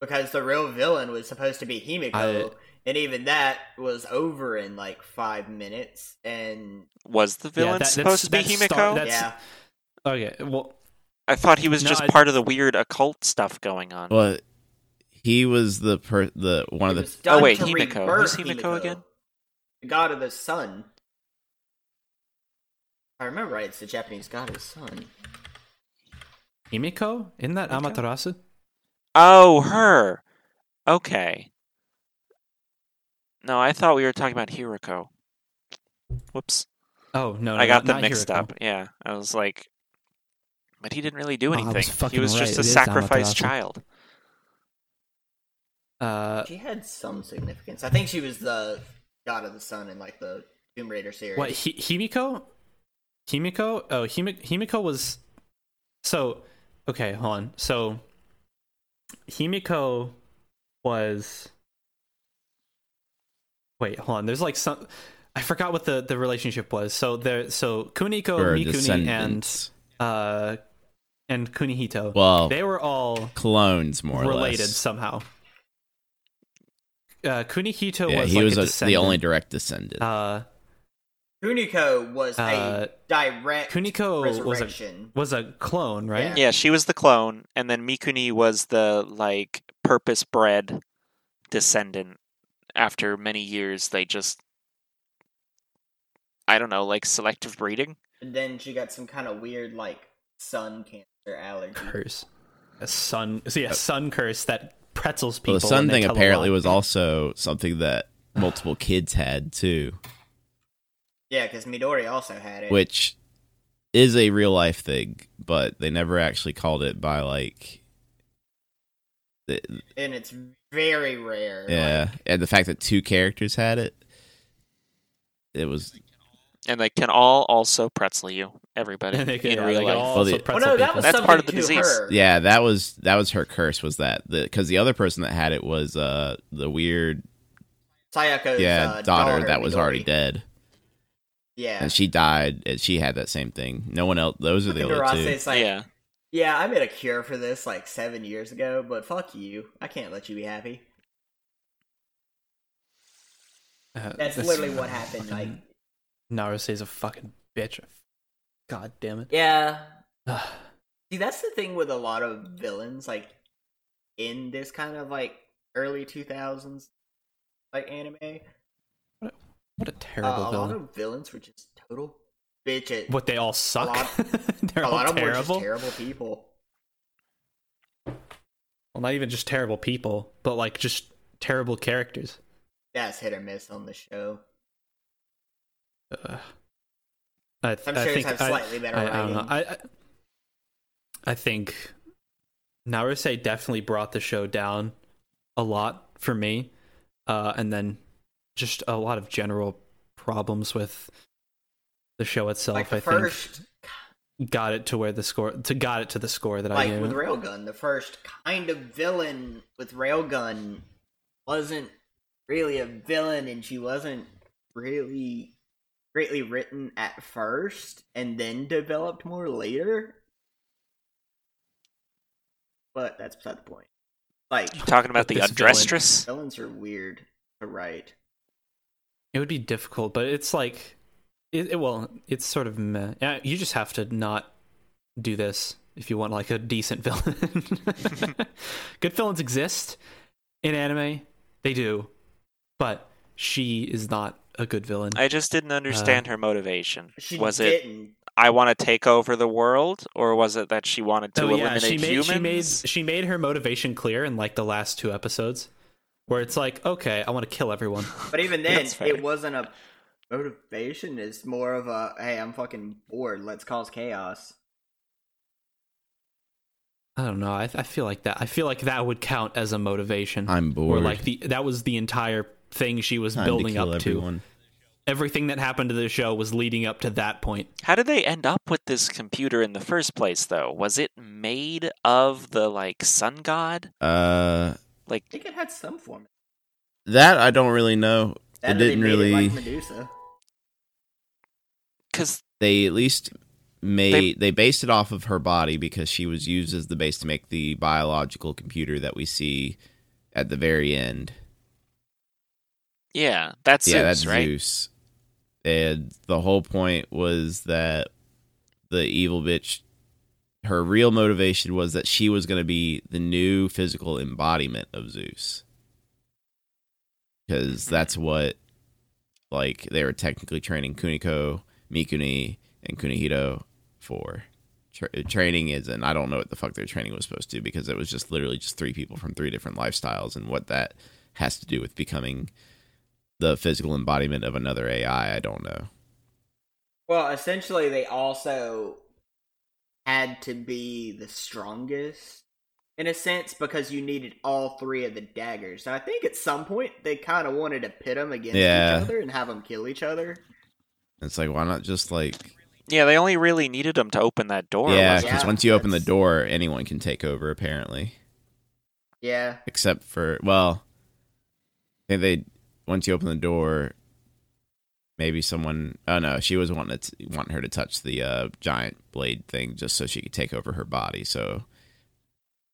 [SPEAKER 2] because the real villain was supposed to be Himiko,
[SPEAKER 1] I-
[SPEAKER 2] and even that was over in like five minutes. And
[SPEAKER 3] was the villain
[SPEAKER 1] that- that's-
[SPEAKER 3] supposed to be
[SPEAKER 1] that's
[SPEAKER 3] Himiko?
[SPEAKER 1] star- that's-
[SPEAKER 2] yeah,
[SPEAKER 1] okay, well,
[SPEAKER 3] I thought he was
[SPEAKER 1] No,
[SPEAKER 3] just
[SPEAKER 1] I-
[SPEAKER 3] part of the weird occult stuff going on.
[SPEAKER 4] well, he was the per- the
[SPEAKER 2] it
[SPEAKER 4] one of the
[SPEAKER 2] was done
[SPEAKER 3] Oh, wait,
[SPEAKER 2] to
[SPEAKER 3] Himiko.
[SPEAKER 2] rebirth
[SPEAKER 3] Who's Himiko again?
[SPEAKER 2] The god of the sun. If I remember right, it's the Japanese god of the sun.
[SPEAKER 1] Himiko, isn't that
[SPEAKER 3] Himiko?
[SPEAKER 1] Amaterasu?
[SPEAKER 3] Oh, her. Okay. No, I thought we were talking about Hiroko. Whoops.
[SPEAKER 1] Oh no, no
[SPEAKER 3] I got
[SPEAKER 1] not,
[SPEAKER 3] them
[SPEAKER 1] not
[SPEAKER 3] mixed
[SPEAKER 1] Hiroko.
[SPEAKER 3] up. Yeah. I was like but he didn't really do
[SPEAKER 1] Oh, I was
[SPEAKER 3] anything. he
[SPEAKER 1] fucking
[SPEAKER 3] was
[SPEAKER 1] right.
[SPEAKER 3] just
[SPEAKER 1] It
[SPEAKER 3] a
[SPEAKER 1] is
[SPEAKER 3] sacrificed
[SPEAKER 1] Amaterasu.
[SPEAKER 3] child.
[SPEAKER 1] Uh,
[SPEAKER 2] She had some significance. I think she was the god of the sun in like the Tomb Raider series.
[SPEAKER 1] what Hi- Himiko? Himiko? Oh, Himi- Himiko was so okay. Hold on. So Himiko was. Wait, hold on. There's like some. I forgot what the, the relationship was. So there. So Kuniko,
[SPEAKER 4] her
[SPEAKER 1] Mikuni, and
[SPEAKER 4] descendants.
[SPEAKER 1] uh, and Kunihito.
[SPEAKER 4] well,
[SPEAKER 1] they were all
[SPEAKER 4] clones more or
[SPEAKER 1] related
[SPEAKER 4] less.
[SPEAKER 1] somehow. Uh, Kunihito
[SPEAKER 4] Yeah,
[SPEAKER 1] was
[SPEAKER 4] he
[SPEAKER 1] like
[SPEAKER 4] was
[SPEAKER 1] a
[SPEAKER 4] a- the
[SPEAKER 1] descendant.
[SPEAKER 4] only direct descendant.
[SPEAKER 1] Uh,
[SPEAKER 2] Kuniko was
[SPEAKER 1] Uh,
[SPEAKER 2] a direct
[SPEAKER 1] Kuniko was a
[SPEAKER 2] resurrection.
[SPEAKER 1] was a clone, right?
[SPEAKER 3] Yeah, she was the clone and then Mikuni was the like purpose-bred descendant after many years they just I don't know, like selective breeding.
[SPEAKER 2] And then she got some kind of weird like sun cancer allergy.
[SPEAKER 1] Curse, a sun. So yeah, sun curse that pretzels people.
[SPEAKER 4] Uh, Well, the sun
[SPEAKER 1] and they
[SPEAKER 4] thing
[SPEAKER 1] tell a
[SPEAKER 4] apparently
[SPEAKER 1] lie.
[SPEAKER 4] was also something that multiple kids had too,
[SPEAKER 2] Yeah, because Midori also had it.
[SPEAKER 4] which is a real life thing, but they never actually called it by like. The,
[SPEAKER 2] and it's very rare.
[SPEAKER 4] yeah, and the fact that two characters had it it was
[SPEAKER 3] and they can all also pretzel you. Everybody
[SPEAKER 1] And they can,
[SPEAKER 3] in
[SPEAKER 1] yeah,
[SPEAKER 3] real
[SPEAKER 1] they
[SPEAKER 3] life.
[SPEAKER 1] can all
[SPEAKER 4] Well,
[SPEAKER 1] also
[SPEAKER 4] the-
[SPEAKER 2] Well,
[SPEAKER 1] pretzel
[SPEAKER 2] Oh, no, that
[SPEAKER 1] people.
[SPEAKER 2] was
[SPEAKER 3] That's
[SPEAKER 2] something
[SPEAKER 3] part of the
[SPEAKER 2] to
[SPEAKER 3] disease.
[SPEAKER 2] her.
[SPEAKER 4] yeah that was that was her curse was that the because the other person that had it was uh the weird
[SPEAKER 2] Sayako's
[SPEAKER 4] yeah
[SPEAKER 2] uh,
[SPEAKER 4] daughter, that was
[SPEAKER 2] Midori.
[SPEAKER 4] already dead
[SPEAKER 2] Yeah,
[SPEAKER 4] and she died and she had that same thing no one else those are the
[SPEAKER 2] Fucking
[SPEAKER 4] only two
[SPEAKER 2] Darace's like,
[SPEAKER 3] yeah.
[SPEAKER 2] Yeah, I made a cure for this like seven years ago, but fuck you. I can't let you be happy.
[SPEAKER 1] Uh,
[SPEAKER 2] That's
[SPEAKER 1] this-
[SPEAKER 2] literally what happened. Like,
[SPEAKER 1] fucking Naruse's a fucking bitch. God damn it.
[SPEAKER 2] yeah.
[SPEAKER 1] Ugh.
[SPEAKER 2] See, that's the thing with a lot of villains, like in this kind of like early two thousands like anime.
[SPEAKER 1] what a
[SPEAKER 2] Uh,
[SPEAKER 1] terrible
[SPEAKER 2] a lot
[SPEAKER 1] villain.
[SPEAKER 2] of villains were just total bitch. At,
[SPEAKER 1] What they all suck. They're
[SPEAKER 2] a
[SPEAKER 1] all
[SPEAKER 2] lot of them were just
[SPEAKER 1] terrible.
[SPEAKER 2] terrible people.
[SPEAKER 1] well, not even just terrible people, but like just terrible characters.
[SPEAKER 2] That's hit or miss on the show.
[SPEAKER 1] Ugh. I,
[SPEAKER 2] Some
[SPEAKER 1] I
[SPEAKER 2] shows
[SPEAKER 1] think
[SPEAKER 2] have
[SPEAKER 1] I-
[SPEAKER 2] slightly better
[SPEAKER 1] I, I don't know.
[SPEAKER 2] writing.
[SPEAKER 1] I, I I think Naruse definitely brought the show down a lot for me, uh, and then just a lot of general problems with the show itself.
[SPEAKER 2] Like the
[SPEAKER 1] I
[SPEAKER 2] first,
[SPEAKER 1] think got it to where the score to got it to the score that I
[SPEAKER 2] like
[SPEAKER 1] gave.
[SPEAKER 2] with
[SPEAKER 1] it.
[SPEAKER 2] Railgun, the first kind of villain with Railgun wasn't really a villain, and she wasn't really greatly written at first, and then developed more later. But that's beside the point. Like
[SPEAKER 3] You talking about
[SPEAKER 1] But
[SPEAKER 3] the
[SPEAKER 1] this villain-
[SPEAKER 3] undresstress?
[SPEAKER 2] villains are weird to write.
[SPEAKER 1] It would be difficult, but it's like, it, it- well, it's sort of meh. Yeah, You just have to not do this if you want like a decent villain. Good villains exist in anime; they do, but she is not a good villain.
[SPEAKER 3] I just didn't understand her motivation.
[SPEAKER 2] She
[SPEAKER 3] was it
[SPEAKER 2] didn't.
[SPEAKER 3] I want to take over the world, or was it that she wanted to
[SPEAKER 1] Oh,
[SPEAKER 3] eliminate
[SPEAKER 1] she made,
[SPEAKER 3] humans?
[SPEAKER 1] She made she made her motivation clear in like the last two episodes, where it's like, okay, I want to kill everyone.
[SPEAKER 2] But even then,
[SPEAKER 3] That's fair.
[SPEAKER 2] it wasn't a motivation. It's more of a hey, I'm fucking bored. Let's cause chaos.
[SPEAKER 1] I don't know. I, I feel like that. I feel like that would count as a motivation.
[SPEAKER 4] i'm
[SPEAKER 1] Or
[SPEAKER 4] bored
[SPEAKER 1] like the that was the entire thing she was
[SPEAKER 4] Time to
[SPEAKER 1] building
[SPEAKER 4] kill
[SPEAKER 1] up to.
[SPEAKER 4] everyone.
[SPEAKER 1] Everything that happened to the show was leading up to that point.
[SPEAKER 3] How did they end up with this computer in the first place, though? Was it made of the like sun god?
[SPEAKER 4] uh
[SPEAKER 3] Like
[SPEAKER 2] I think it had some form.
[SPEAKER 4] that i don't really know
[SPEAKER 2] That
[SPEAKER 4] it
[SPEAKER 2] or they
[SPEAKER 4] didn't
[SPEAKER 2] made
[SPEAKER 4] really
[SPEAKER 2] like Medusa.
[SPEAKER 3] because
[SPEAKER 4] they at least made they, based it off of her body because she was used as the base to make the biological computer that we see at the very end.
[SPEAKER 3] yeah, that's
[SPEAKER 4] yeah,
[SPEAKER 3] Zeus,
[SPEAKER 4] that's
[SPEAKER 3] right?
[SPEAKER 4] Zeus. And the whole point was that the evil bitch her real motivation was that she was going to be the new physical embodiment of Zeus. Cuz that's what like they were technically training Kuniko, Mikuni, and Kunihito for tra- training is and I don't know what the fuck their training was supposed to because it was just literally just three people from three different lifestyles and what that has to do with becoming the physical embodiment of another AI, I don't know.
[SPEAKER 2] Well, essentially, they also had to be the strongest in a sense because you needed all three of the daggers. So I think at some point they kind of wanted to pit them against
[SPEAKER 4] Yeah.
[SPEAKER 2] each other and have them kill each other.
[SPEAKER 4] It's like why not just like
[SPEAKER 3] Yeah, they only really needed him to open that door. wasn't
[SPEAKER 4] yeah,
[SPEAKER 2] like-
[SPEAKER 4] because
[SPEAKER 2] Yeah,
[SPEAKER 4] once you open the
[SPEAKER 2] that's-
[SPEAKER 4] door, anyone can take over apparently,
[SPEAKER 2] Yeah,
[SPEAKER 4] except for well, I think they once you open the door, maybe someone. Oh no, she was wanting to t- wanting her to touch the uh, giant blade thing just so she could take over her body. So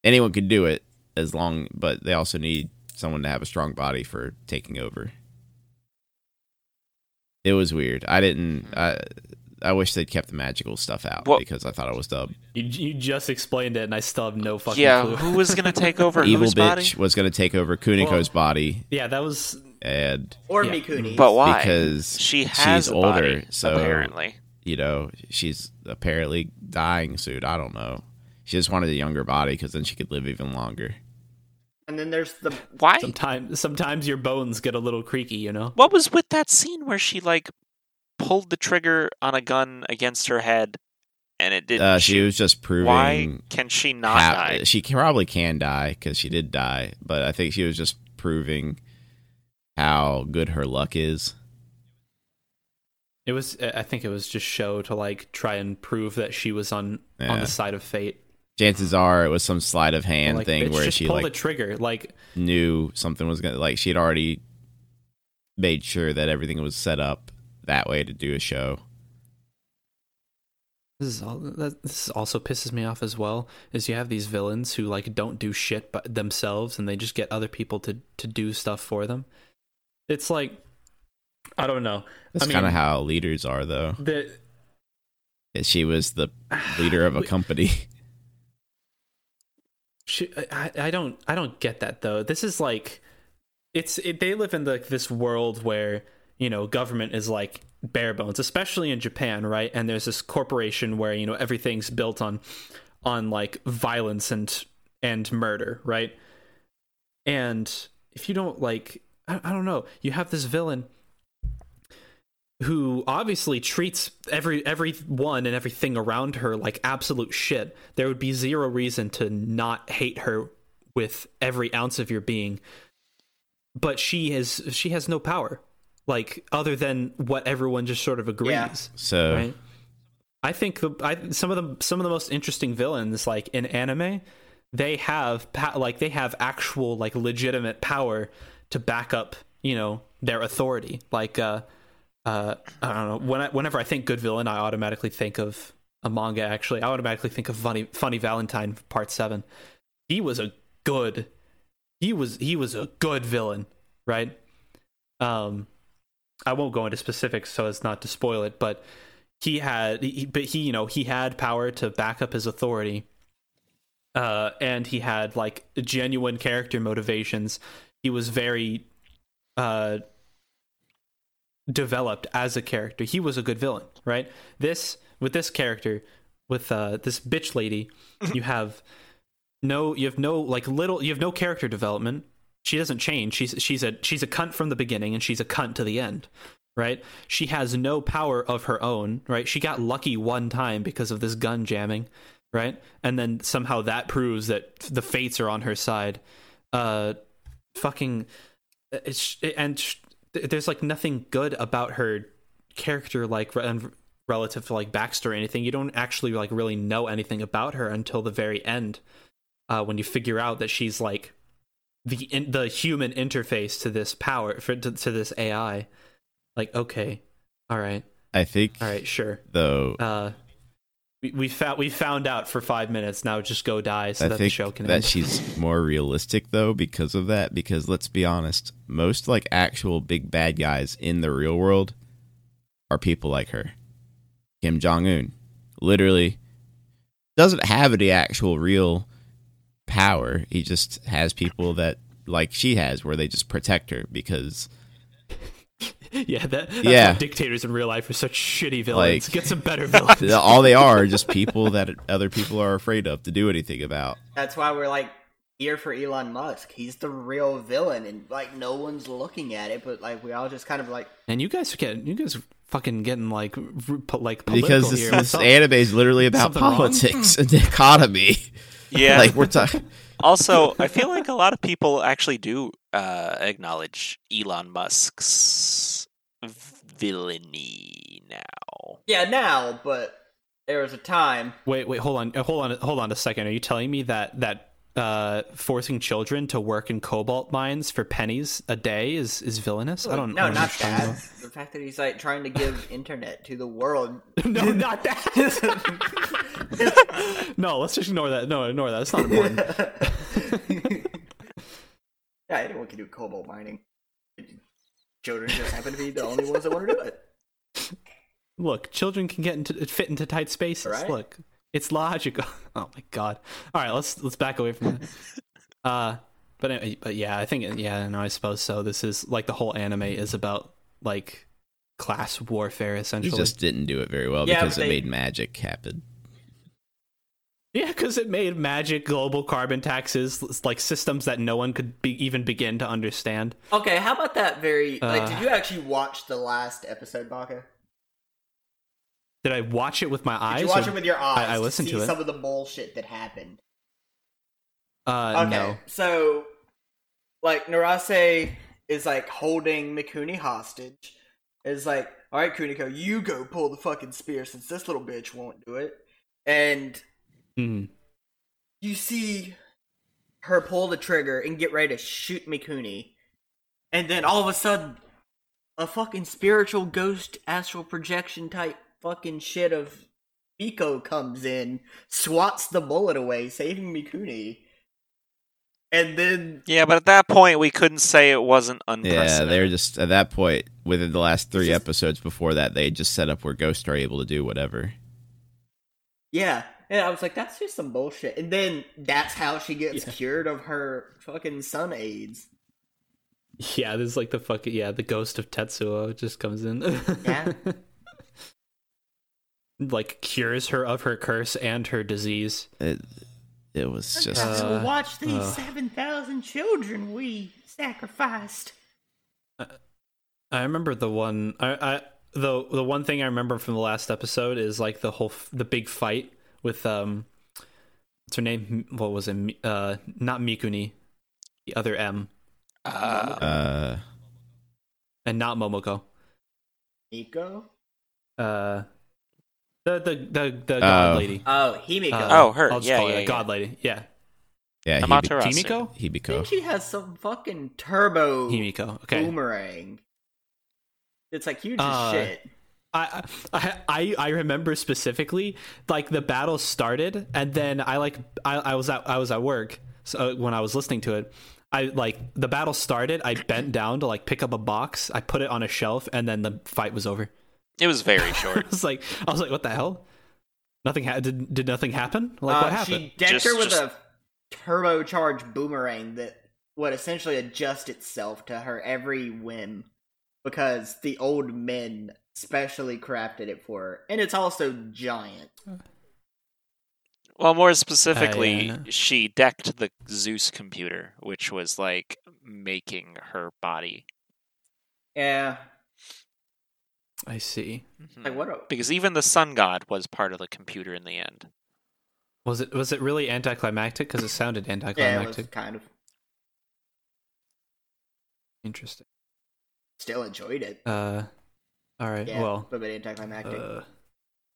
[SPEAKER 4] anyone could do it as long, but they also need someone to have a strong body for taking over. It was weird. I didn't. I I wish they'd kept the magical stuff out
[SPEAKER 3] Well-
[SPEAKER 4] because I thought it was dub.
[SPEAKER 1] You, you just explained it, and I still have no fucking
[SPEAKER 3] Yeah,
[SPEAKER 1] clue.
[SPEAKER 3] who was gonna take over
[SPEAKER 4] evil
[SPEAKER 3] whose
[SPEAKER 4] bitch
[SPEAKER 3] body?
[SPEAKER 4] was going to take over Kuniko's
[SPEAKER 1] Well-
[SPEAKER 4] body,
[SPEAKER 1] yeah, that was
[SPEAKER 4] and
[SPEAKER 2] or
[SPEAKER 1] Yeah.
[SPEAKER 2] Mikuni.
[SPEAKER 3] But why?
[SPEAKER 4] because
[SPEAKER 3] she has
[SPEAKER 4] she's
[SPEAKER 3] a
[SPEAKER 4] older,
[SPEAKER 3] body,
[SPEAKER 4] so
[SPEAKER 3] apparently.
[SPEAKER 4] you know she's apparently dying soon. I don't know. She just wanted a younger body because then she could live even longer.
[SPEAKER 2] and then there's the
[SPEAKER 3] Why?
[SPEAKER 1] sometimes. Sometimes your bones get a little creaky, you know.
[SPEAKER 3] What was with that scene where she like pulled the trigger on a gun against her head, and it didn't
[SPEAKER 4] Uh, she
[SPEAKER 3] shoot?
[SPEAKER 4] was just proving
[SPEAKER 3] Why can she not
[SPEAKER 4] how-
[SPEAKER 3] die?
[SPEAKER 4] she can, probably can die because she did die, but I think she was just proving how good her luck is.
[SPEAKER 1] It was, I think it was just show to like try and prove that she was on on
[SPEAKER 4] Yeah.
[SPEAKER 1] the side of fate.
[SPEAKER 3] Hmm.
[SPEAKER 4] Chances are it was some sleight of hand
[SPEAKER 1] like,
[SPEAKER 4] thing
[SPEAKER 1] bitch,
[SPEAKER 4] where
[SPEAKER 1] just
[SPEAKER 4] she
[SPEAKER 1] pull
[SPEAKER 4] like
[SPEAKER 1] the trigger. Like,
[SPEAKER 4] knew something was gonna like she had already made sure that everything was set up that way to do a show.
[SPEAKER 1] This is all. That, this also pisses me off as well. Is you have these villains who like don't do shit but themselves, and they just get other people to to do stuff for them. It's like, I don't know.
[SPEAKER 4] That's
[SPEAKER 1] I mean,
[SPEAKER 4] kind of how leaders are, though.
[SPEAKER 1] the
[SPEAKER 4] Is She was the leader of a
[SPEAKER 1] We-
[SPEAKER 4] company.
[SPEAKER 1] she, I, I don't I don't get that though. This is like, it's it, they live in like this world where you know government is like bare bones, especially in Japan, right? And there's this corporation where you know everything's built on on like violence and and murder, right? and if you don't like I, I don't know you have this villain who obviously treats every everyone and everything around her like absolute shit there would be zero reason to not hate her with every ounce of your being but she has she has no power like other than what everyone just sort of agrees
[SPEAKER 2] Yeah.
[SPEAKER 4] So
[SPEAKER 1] right? I think the I, some of the some of the most interesting villains, like in anime, they have pa- like they have actual like legitimate power to back up you know their authority. Like uh, uh, I don't know. When I, whenever I think good villain, I automatically think of a manga. Actually, I automatically think of funny funny Valentine Part Seven. He was a good. He was he was a good villain, right? Um, I won't go into specifics so as not to spoil it, but he had he, but he you know he had power to back up his authority uh and he had like genuine character motivations he was very uh developed as a character he was a good villain right this with this character with uh this bitch lady you have no you have no like little you have no character development she doesn't change she's she's a she's a cunt from the beginning and she's a cunt to the end right? She has no power of her own, right? She got lucky one time because of this gun jamming, right? And then somehow that proves that the fates are on her side. Uh, fucking, uh, it's and sh- there's like nothing good about her character, like re- and relative to like backstory or anything. You don't actually like really know anything about her until the very end, uh, when you figure out that she's like. The in, the human interface to this power for, to, to this AI, like okay all right
[SPEAKER 4] I think
[SPEAKER 1] all right sure
[SPEAKER 4] though
[SPEAKER 1] uh we, we found we found out for five minutes now just go die so
[SPEAKER 4] I
[SPEAKER 1] that the
[SPEAKER 4] think
[SPEAKER 1] show can
[SPEAKER 4] that
[SPEAKER 1] end
[SPEAKER 4] she's more realistic though because of that. Because let's be honest, most like actual big bad guys in the real world are people like her. Kim Jong Un literally doesn't have any actual real power. He just has people that like she has where they just protect her because
[SPEAKER 1] yeah that that's
[SPEAKER 4] yeah.
[SPEAKER 1] why dictators in real life are such shitty villains
[SPEAKER 4] Like-
[SPEAKER 1] get some better villains
[SPEAKER 4] the- all they are are just people that other people are afraid of to do anything about.
[SPEAKER 2] That's why we're like here for Elon Musk. He's the real villain, and like no one's looking at it, but like we all just kind of like
[SPEAKER 1] and you guys are getting you guys are fucking getting like r- po- like political
[SPEAKER 4] Because this,
[SPEAKER 1] here.
[SPEAKER 4] this
[SPEAKER 1] What's up?
[SPEAKER 4] anime is literally about
[SPEAKER 1] Something wrong? Hmm.
[SPEAKER 4] politics and the economy.
[SPEAKER 3] Yeah.
[SPEAKER 4] like we're talking.
[SPEAKER 3] also, I feel like a lot of people actually do uh, acknowledge Elon Musk's villainy now.
[SPEAKER 2] yeah now, but there was a time.
[SPEAKER 1] wait wait hold on uh, hold on hold on a second are you telling me that that uh forcing children to work in cobalt mines for pennies a day is is villainous i don't
[SPEAKER 2] No,
[SPEAKER 1] I don't
[SPEAKER 2] not
[SPEAKER 1] understand.
[SPEAKER 2] that. The fact that he's like trying to give internet to the world.
[SPEAKER 1] no not that no let's just ignore that no ignore that it's not important
[SPEAKER 2] Yeah, anyone can do cobalt mining. Children just happen to be the only ones that want to do it.
[SPEAKER 1] Look, children can get into fit into tight spaces.
[SPEAKER 2] Right?
[SPEAKER 1] Look, it's logical. Oh my god! All right, let's let's back away from that. uh, but anyway, but yeah, I think yeah, no, I suppose so. This is like the whole anime is about like class warfare
[SPEAKER 4] He
[SPEAKER 1] essentially.
[SPEAKER 4] just didn't do it very well
[SPEAKER 2] Yeah,
[SPEAKER 4] because
[SPEAKER 2] but they-
[SPEAKER 4] it made magic happen.
[SPEAKER 1] Yeah, because it made magic, global carbon taxes, like systems that no one could be, even begin to understand.
[SPEAKER 2] Okay, how about that? Very like,
[SPEAKER 1] Uh.
[SPEAKER 2] did you actually watch the last episode, Baka?
[SPEAKER 1] Did I watch it with my
[SPEAKER 2] Did
[SPEAKER 1] eyes?
[SPEAKER 2] you watch
[SPEAKER 1] or-
[SPEAKER 2] it with your eyes?
[SPEAKER 1] I listened
[SPEAKER 2] see
[SPEAKER 1] to it.
[SPEAKER 2] Some of the bullshit that happened.
[SPEAKER 1] Uh,
[SPEAKER 2] okay,
[SPEAKER 1] No.
[SPEAKER 2] so like Narase is like holding Mikuni hostage. Is like all right, Kuniko, you go pull the fucking spear since this little bitch won't do it. And
[SPEAKER 1] Mm.
[SPEAKER 2] you see her pull the trigger and get ready to shoot Mikuni. And then all of a sudden, a fucking spiritual ghost astral projection type fucking shit of Miko comes in, swats the bullet away, saving Mikuni. And then
[SPEAKER 3] Yeah, but at that point, we couldn't say it wasn't
[SPEAKER 4] Yeah,
[SPEAKER 3] unprecedented.
[SPEAKER 4] they're just at that point within the last three
[SPEAKER 2] Just-
[SPEAKER 4] episodes before that, they just set up where ghosts are able to do whatever.
[SPEAKER 2] Yeah. And I was like, that's just some bullshit. And then that's how she gets
[SPEAKER 1] Yeah.
[SPEAKER 2] cured of her fucking sun AIDS.
[SPEAKER 1] Yeah, this is like the fucking yeah, the ghost of Tetsuo just comes in.
[SPEAKER 2] Yeah.
[SPEAKER 1] like cures her of her curse and her disease.
[SPEAKER 4] It, it was just
[SPEAKER 1] Uh,
[SPEAKER 2] watch these
[SPEAKER 1] uh.
[SPEAKER 2] 7,000 children we sacrificed.
[SPEAKER 1] I remember the one. I, I the the one thing I remember from the last episode is like the whole f- the big fight with um, what's her name? M- What was it? Mi- Uh, not Mikuni, the other M,
[SPEAKER 3] Uh,
[SPEAKER 4] uh,
[SPEAKER 1] and not Momoko.
[SPEAKER 2] Miko?
[SPEAKER 1] Uh, the the the the
[SPEAKER 4] Oh.
[SPEAKER 1] god lady.
[SPEAKER 2] Oh, Himiko.
[SPEAKER 1] Uh,
[SPEAKER 3] Oh, her.
[SPEAKER 1] I'll just
[SPEAKER 3] Yeah,
[SPEAKER 1] call her
[SPEAKER 3] yeah,
[SPEAKER 1] the
[SPEAKER 3] yeah.
[SPEAKER 1] god lady. Yeah,
[SPEAKER 4] yeah, Hibiko.
[SPEAKER 3] Amaterasu.
[SPEAKER 1] Kimiko.
[SPEAKER 2] I think
[SPEAKER 4] Hibiko.
[SPEAKER 2] she has some fucking turbo
[SPEAKER 1] Himiko. Okay.
[SPEAKER 2] boomerang. It's like huge
[SPEAKER 1] Uh,
[SPEAKER 2] as shit.
[SPEAKER 1] I, I I I remember specifically like the battle started and then I like I, I was at I was at work so uh, when I was listening to it I like the battle started I bent down to like pick up a box I put it on a shelf and then the fight was over
[SPEAKER 3] it was very short.
[SPEAKER 1] I was like I was like what the hell nothing ha- did did nothing happen like
[SPEAKER 2] Uh,
[SPEAKER 1] what happened
[SPEAKER 2] She decked
[SPEAKER 3] Just-
[SPEAKER 2] her with
[SPEAKER 3] just-
[SPEAKER 2] a turbocharged boomerang that would essentially adjust itself to her every whim because the old men specially crafted it for her. And it's also giant.
[SPEAKER 3] Well, more specifically,
[SPEAKER 1] I know.
[SPEAKER 3] she decked the Zeus computer, which was like making her body.
[SPEAKER 2] Yeah.
[SPEAKER 1] I see
[SPEAKER 3] Mhm.
[SPEAKER 2] Like, what a.
[SPEAKER 3] Because even the sun god was part of the computer in the end.
[SPEAKER 1] was it was it really anticlimactic because it sounded
[SPEAKER 2] Yeah, it was
[SPEAKER 1] anticlimactic
[SPEAKER 2] kind of.
[SPEAKER 1] interesting
[SPEAKER 2] Still enjoyed it.
[SPEAKER 1] uh all right
[SPEAKER 2] Yeah,
[SPEAKER 1] well
[SPEAKER 2] a little bit anticlimactic.
[SPEAKER 1] uh,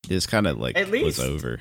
[SPEAKER 4] It's kind of like
[SPEAKER 2] At
[SPEAKER 4] was
[SPEAKER 2] least-
[SPEAKER 4] over.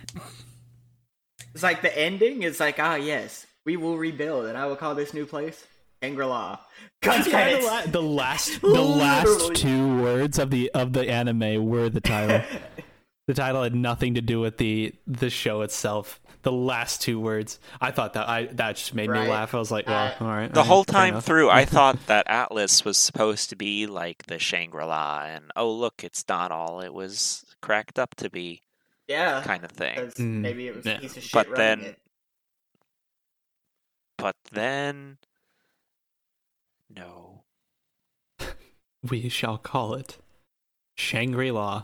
[SPEAKER 2] it's like the ending is like, ah, yes, we will rebuild, and I will call this new place Angrela. God damn
[SPEAKER 1] Yeah,
[SPEAKER 2] it!
[SPEAKER 1] the, la- the last the last
[SPEAKER 2] Literally.
[SPEAKER 1] two words of the of the anime were the title. the title had nothing to do with the the show itself. The last two words. I thought that I that just made me
[SPEAKER 2] Right.
[SPEAKER 1] laugh. I was like, well, all right.
[SPEAKER 3] Uh, The
[SPEAKER 1] all right,
[SPEAKER 3] whole
[SPEAKER 1] fair
[SPEAKER 3] time
[SPEAKER 1] enough.
[SPEAKER 3] through, I thought that Atlas was supposed to be like the Shangri La, and oh, look, it's not all it was cracked up to be,
[SPEAKER 2] yeah.
[SPEAKER 3] kind of thing.
[SPEAKER 2] Uh, because
[SPEAKER 1] Mm,
[SPEAKER 2] maybe it was
[SPEAKER 1] yeah.
[SPEAKER 2] a piece of shit
[SPEAKER 3] But
[SPEAKER 2] running
[SPEAKER 3] then-
[SPEAKER 2] it.
[SPEAKER 3] But then. No.
[SPEAKER 1] we shall call it Shangri La.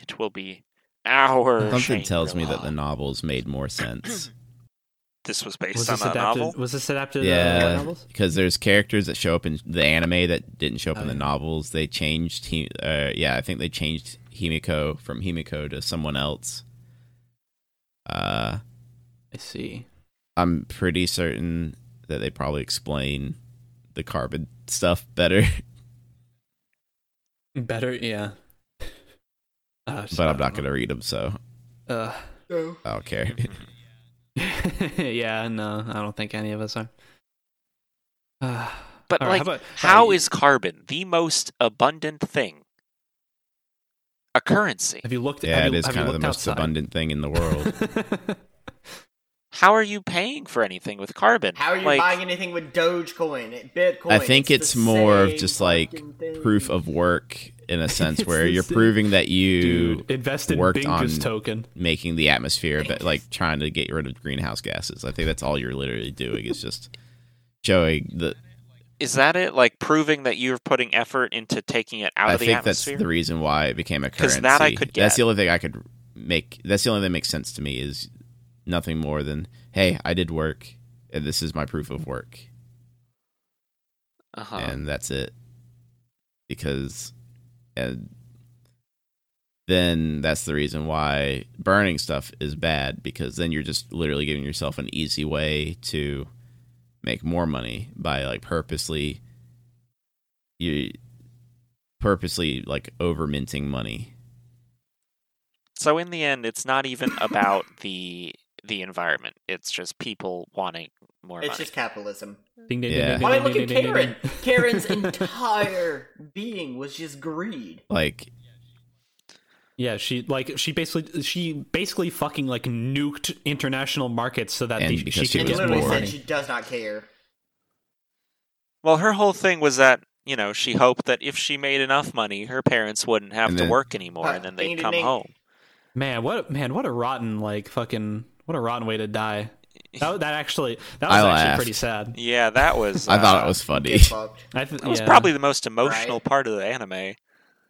[SPEAKER 3] It will be our.
[SPEAKER 4] Something tells me
[SPEAKER 3] Shangri-La.
[SPEAKER 4] that the novels made more sense.
[SPEAKER 3] This was based
[SPEAKER 1] Was
[SPEAKER 3] on
[SPEAKER 1] this
[SPEAKER 3] a
[SPEAKER 1] adapted?
[SPEAKER 3] novel.
[SPEAKER 1] Was this adapted? Uh,
[SPEAKER 4] yeah,
[SPEAKER 1] light novels?
[SPEAKER 4] because there's characters that show up in the anime that didn't show up in the
[SPEAKER 2] Oh,
[SPEAKER 1] Okay.
[SPEAKER 4] novels. They changed. He, uh, yeah, I think they changed Himiko from Himiko to someone else. Uh,
[SPEAKER 1] I see.
[SPEAKER 4] I'm pretty certain that they probably explain the carbon stuff better,
[SPEAKER 1] Better, yeah. Uh,
[SPEAKER 4] but I'm not gonna read them, so
[SPEAKER 1] Uh,
[SPEAKER 2] So,
[SPEAKER 4] I don't care.
[SPEAKER 1] yeah, no, I don't think any of us are. Uh,
[SPEAKER 3] But
[SPEAKER 1] all right,
[SPEAKER 3] like,
[SPEAKER 1] how about-
[SPEAKER 3] how
[SPEAKER 1] right,
[SPEAKER 3] is carbon the most abundant thing? A currency.
[SPEAKER 1] Have you looked?
[SPEAKER 4] yeah,
[SPEAKER 1] have
[SPEAKER 4] it
[SPEAKER 1] you,
[SPEAKER 4] is
[SPEAKER 1] have
[SPEAKER 4] kind
[SPEAKER 1] you
[SPEAKER 4] of the
[SPEAKER 1] looked
[SPEAKER 4] most
[SPEAKER 1] outside?
[SPEAKER 4] abundant thing in the world.
[SPEAKER 3] How are you paying for anything with carbon?
[SPEAKER 2] how are you
[SPEAKER 3] Like,
[SPEAKER 2] buying anything with Dogecoin, Bitcoin?
[SPEAKER 4] I think
[SPEAKER 2] the
[SPEAKER 4] it's more of
[SPEAKER 2] same
[SPEAKER 4] just like
[SPEAKER 2] fucking thing.
[SPEAKER 4] proof of work in a sense
[SPEAKER 1] It's
[SPEAKER 4] where
[SPEAKER 1] the
[SPEAKER 4] you're
[SPEAKER 1] same-
[SPEAKER 4] proving that you
[SPEAKER 1] Dude, invested
[SPEAKER 4] worked
[SPEAKER 1] Bingus
[SPEAKER 4] on-
[SPEAKER 1] token.
[SPEAKER 4] making the atmosphere, but like trying to get rid of greenhouse gases. I think that's all you're literally doing is just showing the.
[SPEAKER 3] is that it? Like proving that you're putting effort into taking it out
[SPEAKER 4] I
[SPEAKER 3] of the
[SPEAKER 4] think
[SPEAKER 3] atmosphere?
[SPEAKER 4] that's the reason why it became a
[SPEAKER 3] 'Cause
[SPEAKER 4] currency.
[SPEAKER 3] that I could
[SPEAKER 4] That's
[SPEAKER 3] get.
[SPEAKER 4] the only thing I could make. That's the only thing that makes sense to me is nothing more than hey, I did work, and this is my proof of work,
[SPEAKER 3] uh-huh.
[SPEAKER 4] and that's it. Because, and then that's the reason why burning stuff is bad because then you're just literally giving yourself an easy way to make more money by like purposely you purposely like over minting money.
[SPEAKER 3] So in the end, it's not even about the the environment. It's just people wanting more
[SPEAKER 2] It's
[SPEAKER 3] money.
[SPEAKER 2] just capitalism.
[SPEAKER 1] Ding ding
[SPEAKER 4] Yeah.
[SPEAKER 1] ding, ding.
[SPEAKER 2] I mean,
[SPEAKER 1] ding,
[SPEAKER 2] look
[SPEAKER 1] ding,
[SPEAKER 2] at
[SPEAKER 1] ding, ding,
[SPEAKER 2] Karen.
[SPEAKER 1] ding.
[SPEAKER 2] Karen's entire being was just greed.
[SPEAKER 4] Like
[SPEAKER 1] Yeah, she like she basically she basically fucking like nuked international markets so that
[SPEAKER 4] And
[SPEAKER 1] the,
[SPEAKER 4] because
[SPEAKER 1] she
[SPEAKER 4] she
[SPEAKER 1] could
[SPEAKER 2] And
[SPEAKER 4] was
[SPEAKER 1] get
[SPEAKER 2] literally
[SPEAKER 1] more
[SPEAKER 4] bored.
[SPEAKER 2] said
[SPEAKER 1] money.
[SPEAKER 2] she does not care.
[SPEAKER 3] Well, her whole thing was that you know she hoped that if she made enough money, her parents wouldn't have
[SPEAKER 4] And
[SPEAKER 3] to
[SPEAKER 4] then-
[SPEAKER 3] work anymore,
[SPEAKER 2] Uh,
[SPEAKER 3] and then
[SPEAKER 2] ding,
[SPEAKER 3] they'd
[SPEAKER 2] ding,
[SPEAKER 3] come
[SPEAKER 2] ding.
[SPEAKER 3] home.
[SPEAKER 1] Man, what man, what a rotten like fucking what a rotten way to die. That, that actually that was
[SPEAKER 4] I
[SPEAKER 1] actually
[SPEAKER 4] laughed.
[SPEAKER 1] pretty sad.
[SPEAKER 3] Yeah, that was.
[SPEAKER 4] I thought
[SPEAKER 3] uh,
[SPEAKER 4] it was funny.
[SPEAKER 2] Get fucked.
[SPEAKER 1] I th-
[SPEAKER 3] That was
[SPEAKER 1] yeah.
[SPEAKER 3] probably the most emotional
[SPEAKER 2] Right.
[SPEAKER 3] part of the anime.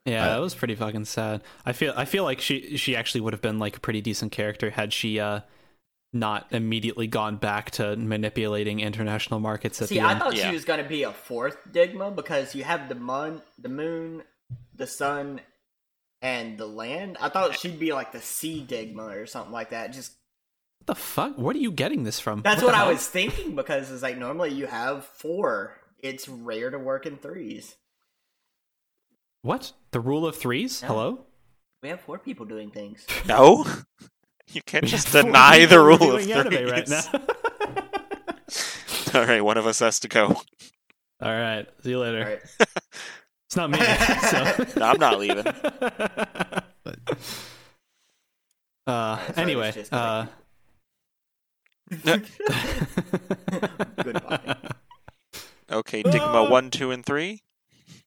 [SPEAKER 1] Yeah,
[SPEAKER 4] Uh,
[SPEAKER 1] that was pretty fucking sad. I feel I feel like she she actually would have been like a pretty decent character had she uh not immediately gone back to manipulating international markets at
[SPEAKER 2] See,
[SPEAKER 1] the
[SPEAKER 2] I
[SPEAKER 1] end.
[SPEAKER 2] thought
[SPEAKER 3] Yeah.
[SPEAKER 2] she was going to be a fourth Digma because you have the moon, the moon, the sun, and the land. I thought she'd be like the sea Digma or something like that. Just
[SPEAKER 1] what the fuck? Where are you getting this from?
[SPEAKER 2] that's
[SPEAKER 1] the
[SPEAKER 2] what, I
[SPEAKER 1] hell?
[SPEAKER 2] was thinking because it's like normally you have four. It's rare to work in threes.
[SPEAKER 1] What? The rule of threes?
[SPEAKER 2] Yeah.
[SPEAKER 1] Hello?
[SPEAKER 2] We have four people doing things.
[SPEAKER 3] No, you can't just
[SPEAKER 1] Four
[SPEAKER 3] deny the
[SPEAKER 1] people
[SPEAKER 3] rule of
[SPEAKER 1] doing anime right
[SPEAKER 3] threes.
[SPEAKER 1] now.
[SPEAKER 3] All right, one of us has to go.
[SPEAKER 1] All right. See you later.
[SPEAKER 2] All right.
[SPEAKER 1] It's not me. so.
[SPEAKER 3] No, I'm not leaving.
[SPEAKER 4] But-
[SPEAKER 1] Uh,
[SPEAKER 2] sorry,
[SPEAKER 1] anyway,
[SPEAKER 2] it's just
[SPEAKER 1] uh,
[SPEAKER 2] Goodbye.
[SPEAKER 3] Okay,
[SPEAKER 1] Ah.
[SPEAKER 3] Digma one, two, and three.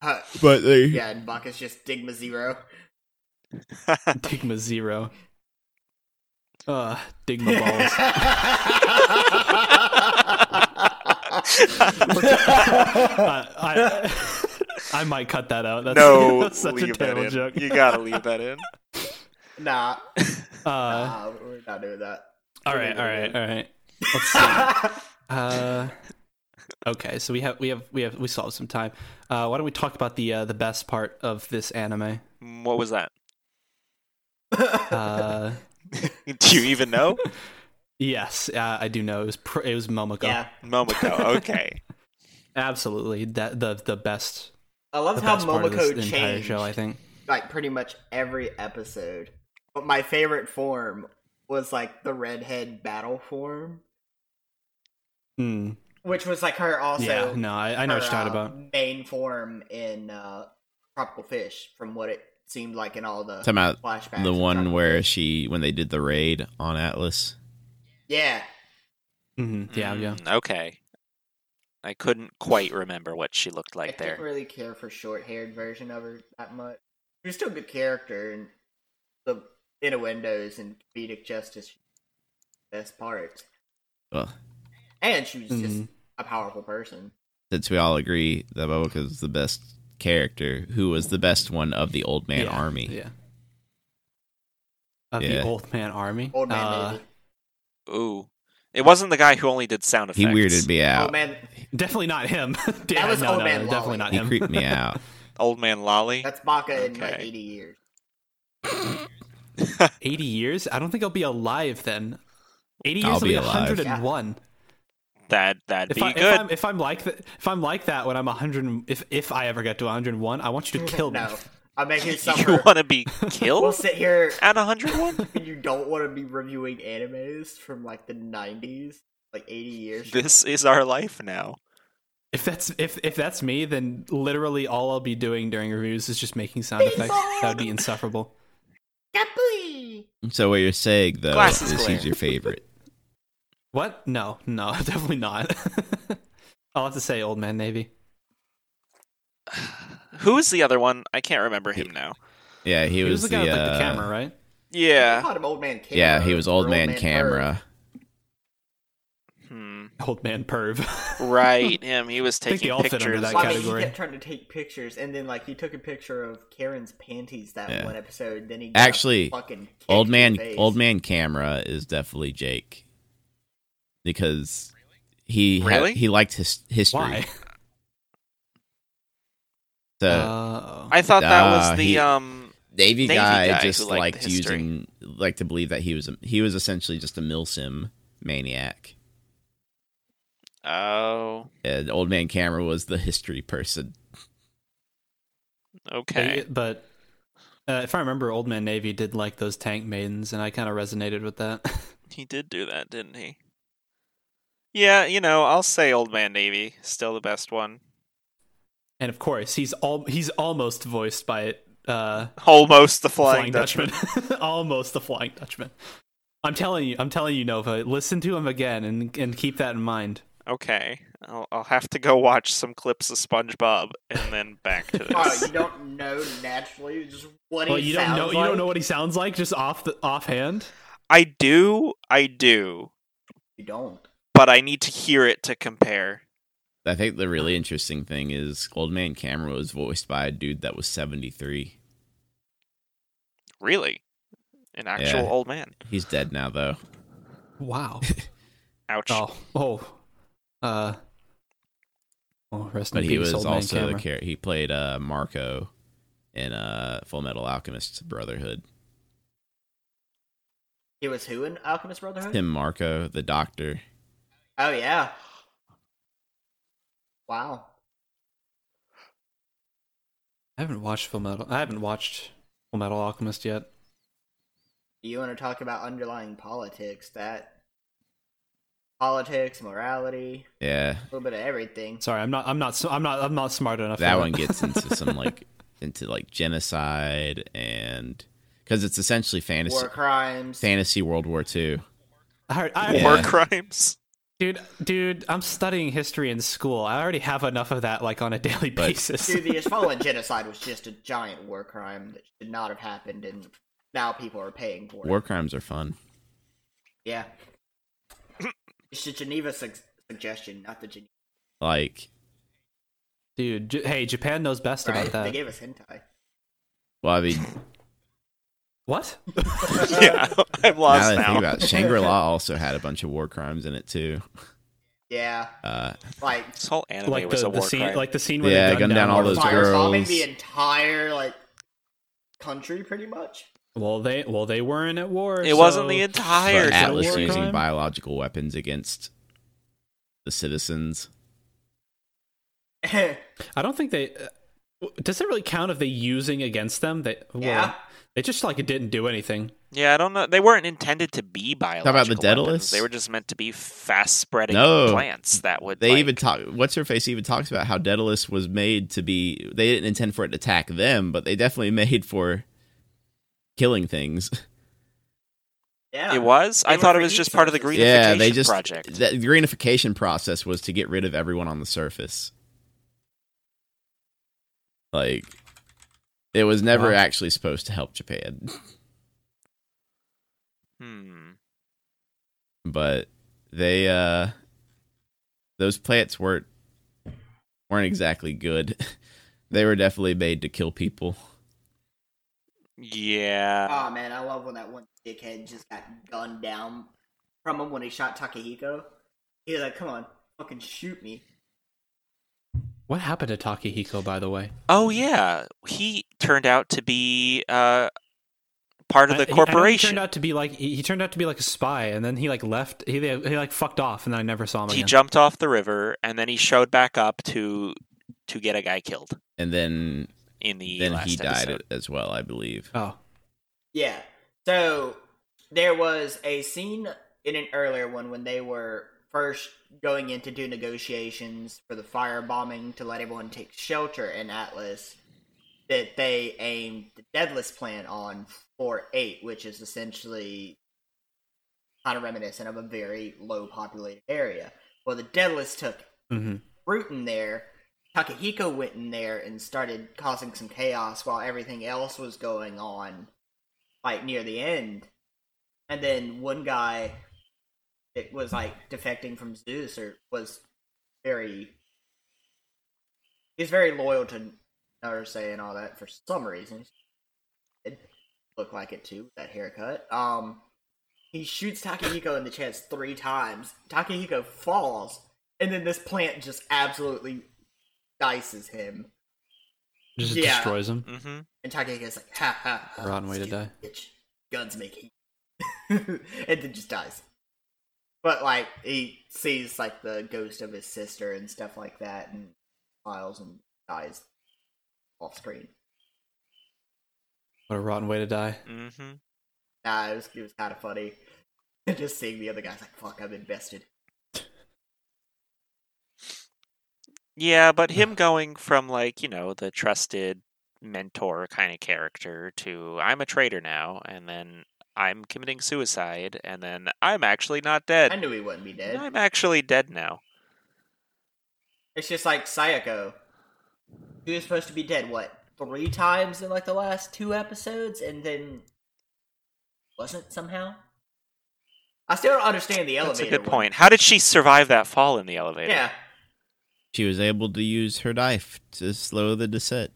[SPEAKER 2] Uh,
[SPEAKER 4] But they
[SPEAKER 2] yeah, and Baka's just Digma zero.
[SPEAKER 1] Digma zero. Uh, Digma balls.
[SPEAKER 2] Balls.
[SPEAKER 1] Uh, I, I might cut that out. That's,
[SPEAKER 3] no,
[SPEAKER 1] that's such a
[SPEAKER 3] leave that
[SPEAKER 1] terrible
[SPEAKER 3] in.
[SPEAKER 1] joke.
[SPEAKER 3] You gotta leave that in.
[SPEAKER 2] nah,
[SPEAKER 1] Uh,
[SPEAKER 2] nah, we're not doing that.
[SPEAKER 1] all right, all right, all right. Let's see. Uh, okay, so we have we have we have we solved some time. Uh, why don't we talk about the uh, the best part of this anime?
[SPEAKER 3] Mm, What was that?
[SPEAKER 1] Uh,
[SPEAKER 3] Do you even know?
[SPEAKER 1] yes, uh, I do know it was pr- it was Momoko.
[SPEAKER 2] yeah,
[SPEAKER 3] Momoko. Okay.
[SPEAKER 1] Absolutely, that the the best
[SPEAKER 2] I love
[SPEAKER 1] the
[SPEAKER 2] how
[SPEAKER 1] best part of this
[SPEAKER 2] Momoko
[SPEAKER 1] entire
[SPEAKER 2] changed
[SPEAKER 1] show. I think.
[SPEAKER 2] like pretty much every episode. But my favorite form was like the redhead battle form,
[SPEAKER 1] Mm,
[SPEAKER 2] which was like her also.
[SPEAKER 1] yeah, no, I, I know what
[SPEAKER 2] her,
[SPEAKER 1] you're talking
[SPEAKER 2] uh,
[SPEAKER 1] about.
[SPEAKER 2] Main form in uh, Tropical Fish, from what it seemed like in all the
[SPEAKER 4] Talking about
[SPEAKER 2] flashbacks.
[SPEAKER 4] the
[SPEAKER 2] of
[SPEAKER 4] one
[SPEAKER 2] Tropical
[SPEAKER 4] where
[SPEAKER 2] Fish.
[SPEAKER 4] she when they did the raid on Atlas.
[SPEAKER 2] yeah,
[SPEAKER 1] hmm Yeah,
[SPEAKER 4] Mm-hmm.
[SPEAKER 1] yeah.
[SPEAKER 3] Mm, Okay. I couldn't quite remember what she looked
[SPEAKER 2] I
[SPEAKER 3] like
[SPEAKER 2] didn't
[SPEAKER 3] there.
[SPEAKER 2] really care for short-haired version of her that much. She was still a good character, and the innuendos and comedic justice best parts,
[SPEAKER 4] Well,
[SPEAKER 2] and she was just
[SPEAKER 4] Mm-hmm.
[SPEAKER 1] Mhm.
[SPEAKER 2] a powerful person.
[SPEAKER 4] since we all agree that Momoka is the best character, who was the best one of the old man
[SPEAKER 1] Yeah,
[SPEAKER 4] army?
[SPEAKER 1] Yeah. Of the
[SPEAKER 4] Yeah.
[SPEAKER 1] old man army.
[SPEAKER 2] Old man,
[SPEAKER 1] Uh,
[SPEAKER 2] baby.
[SPEAKER 3] Ooh. It wasn't the guy who only did sound effects.
[SPEAKER 4] He weirded me out.
[SPEAKER 2] old man,
[SPEAKER 1] Definitely not him. yeah,
[SPEAKER 2] was
[SPEAKER 1] no,
[SPEAKER 2] old
[SPEAKER 1] no,
[SPEAKER 2] man
[SPEAKER 1] no, definitely
[SPEAKER 2] Lolly.
[SPEAKER 1] not
[SPEAKER 4] He
[SPEAKER 1] him.
[SPEAKER 4] creeped me out.
[SPEAKER 3] Old man Lolly.
[SPEAKER 2] that's Baka in like
[SPEAKER 3] Okay.
[SPEAKER 2] eighty years.
[SPEAKER 1] 80 years? I don't think I'll be alive then. 80 years
[SPEAKER 4] I'll
[SPEAKER 1] will
[SPEAKER 4] be
[SPEAKER 1] be
[SPEAKER 4] alive.
[SPEAKER 1] 101.
[SPEAKER 3] That that'd
[SPEAKER 1] If,
[SPEAKER 3] be
[SPEAKER 1] I, if
[SPEAKER 3] good.
[SPEAKER 1] I'm if I'm like that if I'm like that when I'm 100 if if I ever get to 101, I want you to kill me.
[SPEAKER 2] No, I'm making
[SPEAKER 3] you
[SPEAKER 2] summer.
[SPEAKER 3] want to be
[SPEAKER 2] We'll
[SPEAKER 3] killed
[SPEAKER 2] sit here
[SPEAKER 3] at 101?
[SPEAKER 2] and you don't want to be reviewing animes from like the 90s, like 80 years. from-
[SPEAKER 3] this is our life now.
[SPEAKER 1] If that's if if that's me, then literally all I'll be doing during reviews is just making sound effects. That would be insufferable.
[SPEAKER 2] Kapley!
[SPEAKER 4] So what you're saying though
[SPEAKER 3] Glasses
[SPEAKER 4] is
[SPEAKER 3] glare.
[SPEAKER 4] he's your favorite.
[SPEAKER 1] What? No, no, definitely not. I'll have to say old man navy.
[SPEAKER 3] Who is the other one? I can't remember him now.
[SPEAKER 4] Yeah, he,
[SPEAKER 1] He was, the guy with like,
[SPEAKER 4] uh,
[SPEAKER 1] the camera, right?
[SPEAKER 2] I
[SPEAKER 3] Yeah.
[SPEAKER 2] called him old man camera.
[SPEAKER 4] Yeah, he was
[SPEAKER 2] or
[SPEAKER 4] old man,
[SPEAKER 2] Bird.
[SPEAKER 4] camera.
[SPEAKER 3] Hmm.
[SPEAKER 1] Old man perv.
[SPEAKER 3] Right, him. He was
[SPEAKER 1] think they
[SPEAKER 3] taking
[SPEAKER 1] all fit under
[SPEAKER 3] pictures.
[SPEAKER 1] that
[SPEAKER 2] Well, I mean,
[SPEAKER 1] category.
[SPEAKER 2] he kept trying to take pictures, and then like he took a picture of Karen's panties that
[SPEAKER 4] Yeah.
[SPEAKER 2] one episode. Then he got
[SPEAKER 4] Actually,
[SPEAKER 2] fucking kicked
[SPEAKER 4] Old
[SPEAKER 2] in
[SPEAKER 4] man
[SPEAKER 2] the face.
[SPEAKER 4] old man camera is definitely Jake. Because he had-
[SPEAKER 3] Really?
[SPEAKER 4] he liked his history.
[SPEAKER 1] Why?
[SPEAKER 4] So
[SPEAKER 1] Uh,
[SPEAKER 3] I thought that
[SPEAKER 4] Nah,
[SPEAKER 3] was the
[SPEAKER 4] he-
[SPEAKER 3] um
[SPEAKER 4] Navy,
[SPEAKER 3] Navy
[SPEAKER 4] guy,
[SPEAKER 3] guy
[SPEAKER 4] just
[SPEAKER 3] who liked
[SPEAKER 4] liked
[SPEAKER 3] the history.
[SPEAKER 4] using like to believe that he was a, he was essentially just a milsim maniac.
[SPEAKER 3] oh
[SPEAKER 4] uh, And old man camera was the history person.
[SPEAKER 3] Okay.
[SPEAKER 1] But uh, if I remember, Old Man Navy did like those tank maidens, and I kind of resonated with that.
[SPEAKER 3] He did do that, didn't he? Yeah, you know, I'll say Old Man Navy, still the best one.
[SPEAKER 1] and of course, he's all he's almost voiced by uh,
[SPEAKER 3] Almost the Flying,
[SPEAKER 1] Flying
[SPEAKER 3] Dutchman.
[SPEAKER 1] Dutchman, almost the Flying Dutchman. I'm telling you, I'm telling you, Nova. Listen to him again and and keep that in mind.
[SPEAKER 3] Okay. I'll, I'll have to go watch some clips of SpongeBob and then back to
[SPEAKER 2] Oh,
[SPEAKER 3] this.
[SPEAKER 2] you don't know naturally just what
[SPEAKER 1] Well,
[SPEAKER 2] he
[SPEAKER 1] you don't
[SPEAKER 2] sounds
[SPEAKER 1] know
[SPEAKER 2] like.
[SPEAKER 1] you don't know what he sounds like just off the offhand.
[SPEAKER 3] I do, I do,
[SPEAKER 2] You don't.
[SPEAKER 3] but I need to hear it to compare.
[SPEAKER 4] I think the really interesting thing is Old Man Camera was voiced by a dude that was 73.
[SPEAKER 3] Really? An actual
[SPEAKER 4] Yeah.
[SPEAKER 3] old man.
[SPEAKER 4] He's dead now, though.
[SPEAKER 1] Wow.
[SPEAKER 3] Ouch.
[SPEAKER 1] oh. Oh. Uh. Well, rest
[SPEAKER 4] But
[SPEAKER 1] in
[SPEAKER 4] he
[SPEAKER 1] peace,
[SPEAKER 4] was
[SPEAKER 1] old man
[SPEAKER 4] also the
[SPEAKER 1] camera.
[SPEAKER 4] character. He played uh, Marco in uh, Full Metal Alchemist Brotherhood.
[SPEAKER 2] It was who in Alchemist Brotherhood?
[SPEAKER 4] Tim Marco, the doctor.
[SPEAKER 2] Oh yeah. Wow.
[SPEAKER 1] I haven't watched Full Metal. I haven't watched Full Metal Alchemist yet.
[SPEAKER 2] Do you want to talk about underlying politics? That politics, morality,
[SPEAKER 4] Yeah,
[SPEAKER 2] a little bit of everything.
[SPEAKER 1] Sorry, I'm not. I'm not. s- I'm not. I'm not smart enough.
[SPEAKER 4] that
[SPEAKER 1] for
[SPEAKER 4] one gets into some like into like genocide and because it's essentially fantasy
[SPEAKER 2] War crimes.
[SPEAKER 4] fantasy World War Two.
[SPEAKER 1] I, already- I,
[SPEAKER 4] Yeah.
[SPEAKER 3] War crimes.
[SPEAKER 1] Dude, dude, I'm studying history in school. I already have enough of that, like on a daily
[SPEAKER 4] But-
[SPEAKER 1] basis.
[SPEAKER 2] Dude, the Ishmaelan genocide was just a giant war crime that should not have happened, and now people are paying for it.
[SPEAKER 4] War crimes are fun.
[SPEAKER 2] Yeah. it's the Geneva su- suggestion, not the Geneva.
[SPEAKER 4] Like,
[SPEAKER 1] Dude, J- hey, Japan knows best
[SPEAKER 2] Right?
[SPEAKER 1] about
[SPEAKER 2] They
[SPEAKER 1] that.
[SPEAKER 2] gave us hentai.
[SPEAKER 4] well, I mean,
[SPEAKER 1] what?
[SPEAKER 3] yeah, I'm
[SPEAKER 4] now
[SPEAKER 3] lost
[SPEAKER 4] that I think
[SPEAKER 3] now.
[SPEAKER 4] about it, Shangri La also had a bunch of war crimes in it too.
[SPEAKER 2] Yeah,
[SPEAKER 4] Uh,
[SPEAKER 2] like
[SPEAKER 3] This whole anime
[SPEAKER 1] Like
[SPEAKER 3] was
[SPEAKER 1] the,
[SPEAKER 3] a
[SPEAKER 1] the
[SPEAKER 3] war
[SPEAKER 1] scene,
[SPEAKER 3] crime.
[SPEAKER 1] like the scene where
[SPEAKER 4] Yeah,
[SPEAKER 1] they gunned
[SPEAKER 4] gunned down all
[SPEAKER 1] one of
[SPEAKER 4] those
[SPEAKER 1] the-
[SPEAKER 4] girls.
[SPEAKER 2] firebombing the entire like country, pretty much.
[SPEAKER 1] Well, they well they weren't at war.
[SPEAKER 3] it wasn't
[SPEAKER 1] so-
[SPEAKER 3] the
[SPEAKER 4] but
[SPEAKER 3] entire
[SPEAKER 4] Atlas
[SPEAKER 1] war
[SPEAKER 4] using
[SPEAKER 1] crime?
[SPEAKER 4] biological weapons against the citizens.
[SPEAKER 2] yeah,
[SPEAKER 1] I don't think they. Uh, w- does it really count if they using against them? They well,
[SPEAKER 2] Yeah.
[SPEAKER 1] They just like it didn't do anything.
[SPEAKER 3] Yeah, I don't know. They weren't intended to be biological.
[SPEAKER 4] about the
[SPEAKER 3] weapons.
[SPEAKER 4] Daedalus?
[SPEAKER 3] They were just meant to be fast spreading
[SPEAKER 4] No.
[SPEAKER 3] plants that would.
[SPEAKER 4] They
[SPEAKER 3] like-
[SPEAKER 4] even talk. What's her face even talks about how Daedalus was made to be. They didn't intend for it to attack them, but they definitely made for killing things.
[SPEAKER 3] It was. I
[SPEAKER 2] They
[SPEAKER 3] thought
[SPEAKER 2] were
[SPEAKER 3] it was just
[SPEAKER 2] easy
[SPEAKER 3] part of the
[SPEAKER 2] targets.
[SPEAKER 3] green
[SPEAKER 4] yeah, they just
[SPEAKER 3] project.
[SPEAKER 4] that- the greenification process was to get rid of everyone on the surface. Like it was never
[SPEAKER 1] Wow.
[SPEAKER 4] actually supposed to help Japan,
[SPEAKER 3] hmm.
[SPEAKER 4] but they uh those plants weren't weren't exactly good. they were definitely made to kill people.
[SPEAKER 3] Yeah.
[SPEAKER 2] Oh man, I love when that one dickhead just got gunned down from him when he shot Takahiko. He was like, "Come on, fucking shoot me!"
[SPEAKER 1] What happened to Takahiko, by the way?
[SPEAKER 3] Oh yeah. He turned out to be uh, part of
[SPEAKER 1] I-
[SPEAKER 3] the
[SPEAKER 1] he- I know He
[SPEAKER 3] corporation.
[SPEAKER 1] turned out to be like he, he turned out to be like a spy, and then he like left. He he like fucked off, and then I never saw him
[SPEAKER 3] He
[SPEAKER 1] again.
[SPEAKER 3] jumped off the river and then he showed back up to to get a guy killed
[SPEAKER 4] And then
[SPEAKER 3] in the
[SPEAKER 4] then
[SPEAKER 3] last
[SPEAKER 4] he died
[SPEAKER 3] episode.
[SPEAKER 4] as well, I believe.
[SPEAKER 1] oh,
[SPEAKER 2] Yeah. So there was a scene in an earlier one when they were first going in to do negotiations for the firebombing to let everyone take shelter in Atlas that they aimed the Deadless plan on floor eight, which is essentially kind of reminiscent of a very low populated area. Well, the Deadless took
[SPEAKER 1] hmm
[SPEAKER 2] root in there, Takahiko went in there and started causing some chaos while everything else was going on, like near the end. And then one guy that was like defecting from Zeus or was very he's very loyal to Naruse and all that for some reason. It looked like it too, that haircut. Um he shoots Takahiko in the chest three times. Takahiko falls, and then this plant just absolutely dices him.
[SPEAKER 1] just
[SPEAKER 2] Yeah.
[SPEAKER 1] destroys him.
[SPEAKER 3] Mm-hmm.
[SPEAKER 2] And Takahiko's like, ha ha. ha
[SPEAKER 1] Rotten way to
[SPEAKER 2] stupid
[SPEAKER 1] die.
[SPEAKER 2] Bitch. Guns make heat. and then just dies. But, like, he sees, like, the ghost of his sister and stuff like that, and smiles and dies off screen.
[SPEAKER 1] What a rotten way to die.
[SPEAKER 3] hmm
[SPEAKER 2] Nah, it was, it was kind of funny. Just seeing the other guys like, fuck, I'm invested.
[SPEAKER 3] Yeah, but him going from like, you know, the trusted mentor kind of character to I'm a traitor now and then I'm committing suicide and then I'm actually not
[SPEAKER 2] I
[SPEAKER 3] dead.
[SPEAKER 2] knew he wouldn't be dead.
[SPEAKER 3] I'm actually dead now.
[SPEAKER 2] It's just like Sayako. She was supposed to be dead, what, three times in like the last two episodes and then wasn't somehow? I still don't understand the
[SPEAKER 3] That's
[SPEAKER 2] elevator.
[SPEAKER 3] a good
[SPEAKER 2] one.
[SPEAKER 3] point. How did she survive that fall in the elevator?
[SPEAKER 2] Yeah.
[SPEAKER 4] She was able to use her knife to slow the descent.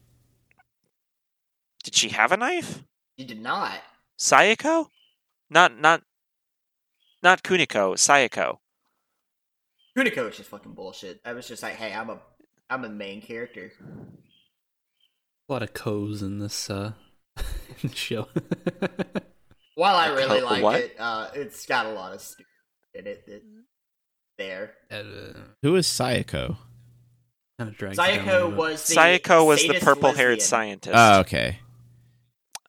[SPEAKER 3] Did she have a knife?
[SPEAKER 2] You did not.
[SPEAKER 3] Sayako? Not not not Kuniko, Sayako.
[SPEAKER 2] Kuniko is just fucking bullshit. I was just like, hey, I'm a I'm a main character.
[SPEAKER 1] A lot of co's in this uh in this show.
[SPEAKER 2] While I
[SPEAKER 3] A
[SPEAKER 2] really
[SPEAKER 3] co-
[SPEAKER 2] like
[SPEAKER 3] what?
[SPEAKER 2] it, uh, it's got a lot of stupid in it. it there.
[SPEAKER 4] Who is Sayako?
[SPEAKER 1] kind of uh, drags it down a little
[SPEAKER 2] Sayako
[SPEAKER 1] bit.
[SPEAKER 2] was the
[SPEAKER 3] Sayako was the
[SPEAKER 2] sadist
[SPEAKER 3] purple haired
[SPEAKER 2] lesbian.
[SPEAKER 3] scientist.
[SPEAKER 4] Oh, okay.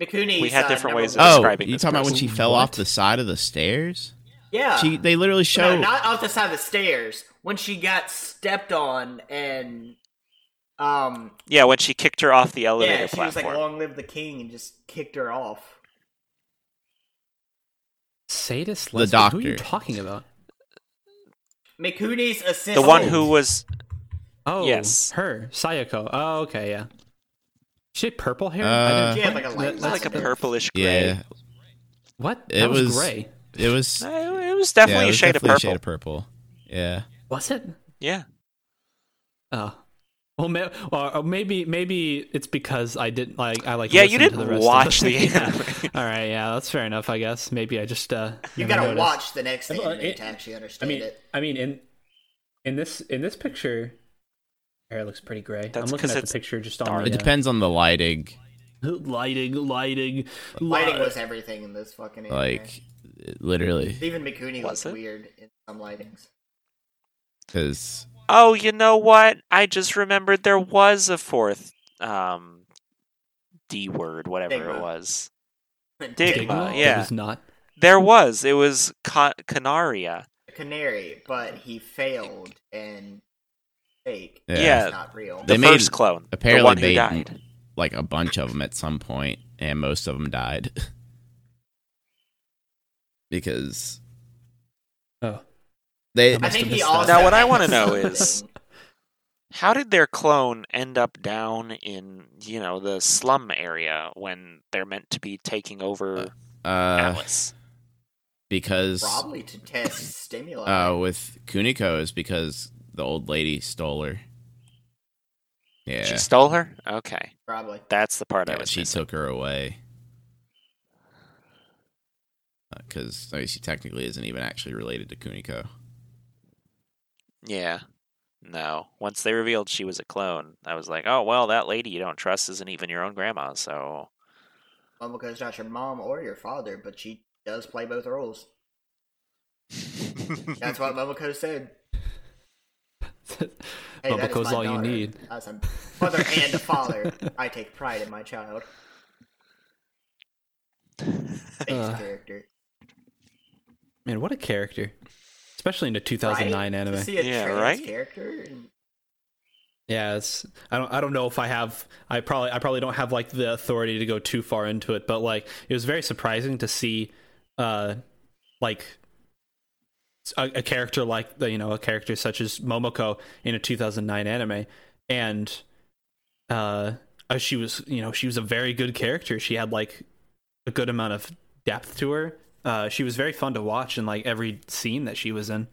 [SPEAKER 2] Mikuni's,
[SPEAKER 3] We had
[SPEAKER 2] uh,
[SPEAKER 3] different
[SPEAKER 2] number
[SPEAKER 3] ways of
[SPEAKER 2] one-
[SPEAKER 4] Oh,
[SPEAKER 3] describing
[SPEAKER 4] you
[SPEAKER 3] this Ah.
[SPEAKER 4] talking about when she
[SPEAKER 1] person.
[SPEAKER 4] fell off
[SPEAKER 1] What?
[SPEAKER 4] the side of the stairs?
[SPEAKER 2] yeah.
[SPEAKER 4] She they literally
[SPEAKER 2] No,
[SPEAKER 4] show
[SPEAKER 2] not off the side of the stairs. When she got stepped on and um
[SPEAKER 3] Yeah, when she kicked her off the elevator
[SPEAKER 2] yeah, she was
[SPEAKER 3] platform.
[SPEAKER 2] like long live the king and just kicked her off.
[SPEAKER 1] sadist.
[SPEAKER 4] The
[SPEAKER 1] lesbian? Who are you
[SPEAKER 4] doctor.
[SPEAKER 1] talking about?
[SPEAKER 2] Mikuni's
[SPEAKER 3] the
[SPEAKER 2] assistant
[SPEAKER 3] one who was
[SPEAKER 1] Oh,
[SPEAKER 3] Yes.
[SPEAKER 1] her Sayako. Oh, okay, yeah. She had purple hair. didn't
[SPEAKER 4] Uh,
[SPEAKER 2] She had,
[SPEAKER 1] quite-
[SPEAKER 2] like, a light
[SPEAKER 1] that-
[SPEAKER 2] blue
[SPEAKER 1] that's-
[SPEAKER 3] like a purplish gray.
[SPEAKER 4] Yeah.
[SPEAKER 1] What?
[SPEAKER 4] It
[SPEAKER 1] That was,
[SPEAKER 4] was-
[SPEAKER 1] gray.
[SPEAKER 4] It was yeah,
[SPEAKER 3] Uh, It was
[SPEAKER 4] it
[SPEAKER 3] definitely, a,
[SPEAKER 4] was
[SPEAKER 3] shade
[SPEAKER 4] definitely
[SPEAKER 3] of purple.
[SPEAKER 4] purple. Yeah.
[SPEAKER 1] Was it?
[SPEAKER 3] Yeah.
[SPEAKER 1] Oh. Well, may- or or maybe maybe it's because I didn't like I like.
[SPEAKER 3] Yeah, you
[SPEAKER 1] listened to
[SPEAKER 3] didn't
[SPEAKER 1] the rest
[SPEAKER 3] watch
[SPEAKER 1] of
[SPEAKER 3] the anime.
[SPEAKER 1] All right, yeah, that's fair enough. I guess maybe I just uh.
[SPEAKER 2] You
[SPEAKER 1] never
[SPEAKER 2] gotta
[SPEAKER 1] noticed.
[SPEAKER 2] watch the next
[SPEAKER 1] Uh,
[SPEAKER 2] anime
[SPEAKER 1] it-
[SPEAKER 2] to actually
[SPEAKER 1] I
[SPEAKER 2] understand
[SPEAKER 1] mean,
[SPEAKER 2] it.
[SPEAKER 1] I mean, in in this in this picture, hair looks pretty gray. I'm
[SPEAKER 3] That's
[SPEAKER 1] looking
[SPEAKER 3] 'cause
[SPEAKER 1] at
[SPEAKER 3] it's
[SPEAKER 1] the picture just on
[SPEAKER 3] dark.
[SPEAKER 1] the,
[SPEAKER 4] It
[SPEAKER 1] uh,
[SPEAKER 4] depends on the lighting.
[SPEAKER 1] Lighting, lighting,
[SPEAKER 2] Lighting was everything in this fucking anime.
[SPEAKER 4] Like literally
[SPEAKER 2] even Mikuni was
[SPEAKER 3] Was it?
[SPEAKER 2] weird in some lightings.
[SPEAKER 4] cuz
[SPEAKER 3] Oh, you know what? I just remembered there was a fourth um, D word, whatever
[SPEAKER 2] Digma.
[SPEAKER 3] it was.
[SPEAKER 1] Digma.
[SPEAKER 3] Digma,
[SPEAKER 1] It
[SPEAKER 3] yeah.
[SPEAKER 1] was not.
[SPEAKER 3] There was. It was Ca- Canaria.
[SPEAKER 2] Canary, but he failed and fake.
[SPEAKER 4] Yeah.
[SPEAKER 3] Yeah.
[SPEAKER 2] It's not real.
[SPEAKER 3] The
[SPEAKER 4] They made-
[SPEAKER 3] first clone.
[SPEAKER 4] apparently
[SPEAKER 3] the one who
[SPEAKER 4] they-
[SPEAKER 3] died.
[SPEAKER 4] like a bunch of them at some point and most of them died. because
[SPEAKER 1] Oh, I
[SPEAKER 4] they
[SPEAKER 2] I
[SPEAKER 1] must
[SPEAKER 2] think
[SPEAKER 1] have
[SPEAKER 2] he
[SPEAKER 1] missed
[SPEAKER 2] also
[SPEAKER 1] that.
[SPEAKER 3] Now, what I
[SPEAKER 2] had
[SPEAKER 3] wanna know is-
[SPEAKER 2] something.
[SPEAKER 3] How did their clone end up down in, you know, the slum area when they're meant to be taking over
[SPEAKER 4] uh
[SPEAKER 3] Atlas?
[SPEAKER 4] because
[SPEAKER 2] probably to test stimuli.
[SPEAKER 4] uh with Kuniko is because the old lady stole her. Yeah.
[SPEAKER 3] She stole her? Okay.
[SPEAKER 2] probably.
[SPEAKER 3] That's the part I
[SPEAKER 4] Yeah,
[SPEAKER 3] was
[SPEAKER 4] she
[SPEAKER 3] missing.
[SPEAKER 4] took her away. Because I mean, she technically isn't even actually related to Kuniko.
[SPEAKER 3] Yeah. No. Once they revealed she was a clone, I was like, oh, well, that lady you don't trust isn't even your own grandma, so.
[SPEAKER 2] Well, because not your mom or your father, but she does play both roles. That's what Momoko said. Hey, that is
[SPEAKER 1] Momoko's
[SPEAKER 2] my
[SPEAKER 1] all you
[SPEAKER 2] daughter.
[SPEAKER 1] need.
[SPEAKER 2] As a mother and a father, I take pride in my child. Thanks,
[SPEAKER 1] Uh,
[SPEAKER 2] character.
[SPEAKER 1] Man, what a character! Especially in a 2009
[SPEAKER 2] right? To
[SPEAKER 1] anime.
[SPEAKER 2] see a
[SPEAKER 3] Yeah,
[SPEAKER 2] trans
[SPEAKER 3] right?
[SPEAKER 2] character and
[SPEAKER 1] Yeah, it's I don't I don't know if I have I probably I probably don't have like the authority to go too far into it, but like it was very surprising to see uh like a, a character like you know a character such as Momoko in a 2009 anime and uh uh, she was you know she was a very good character. She had like a good amount of depth to her. Uh she was very fun to watch in like every scene that she was in.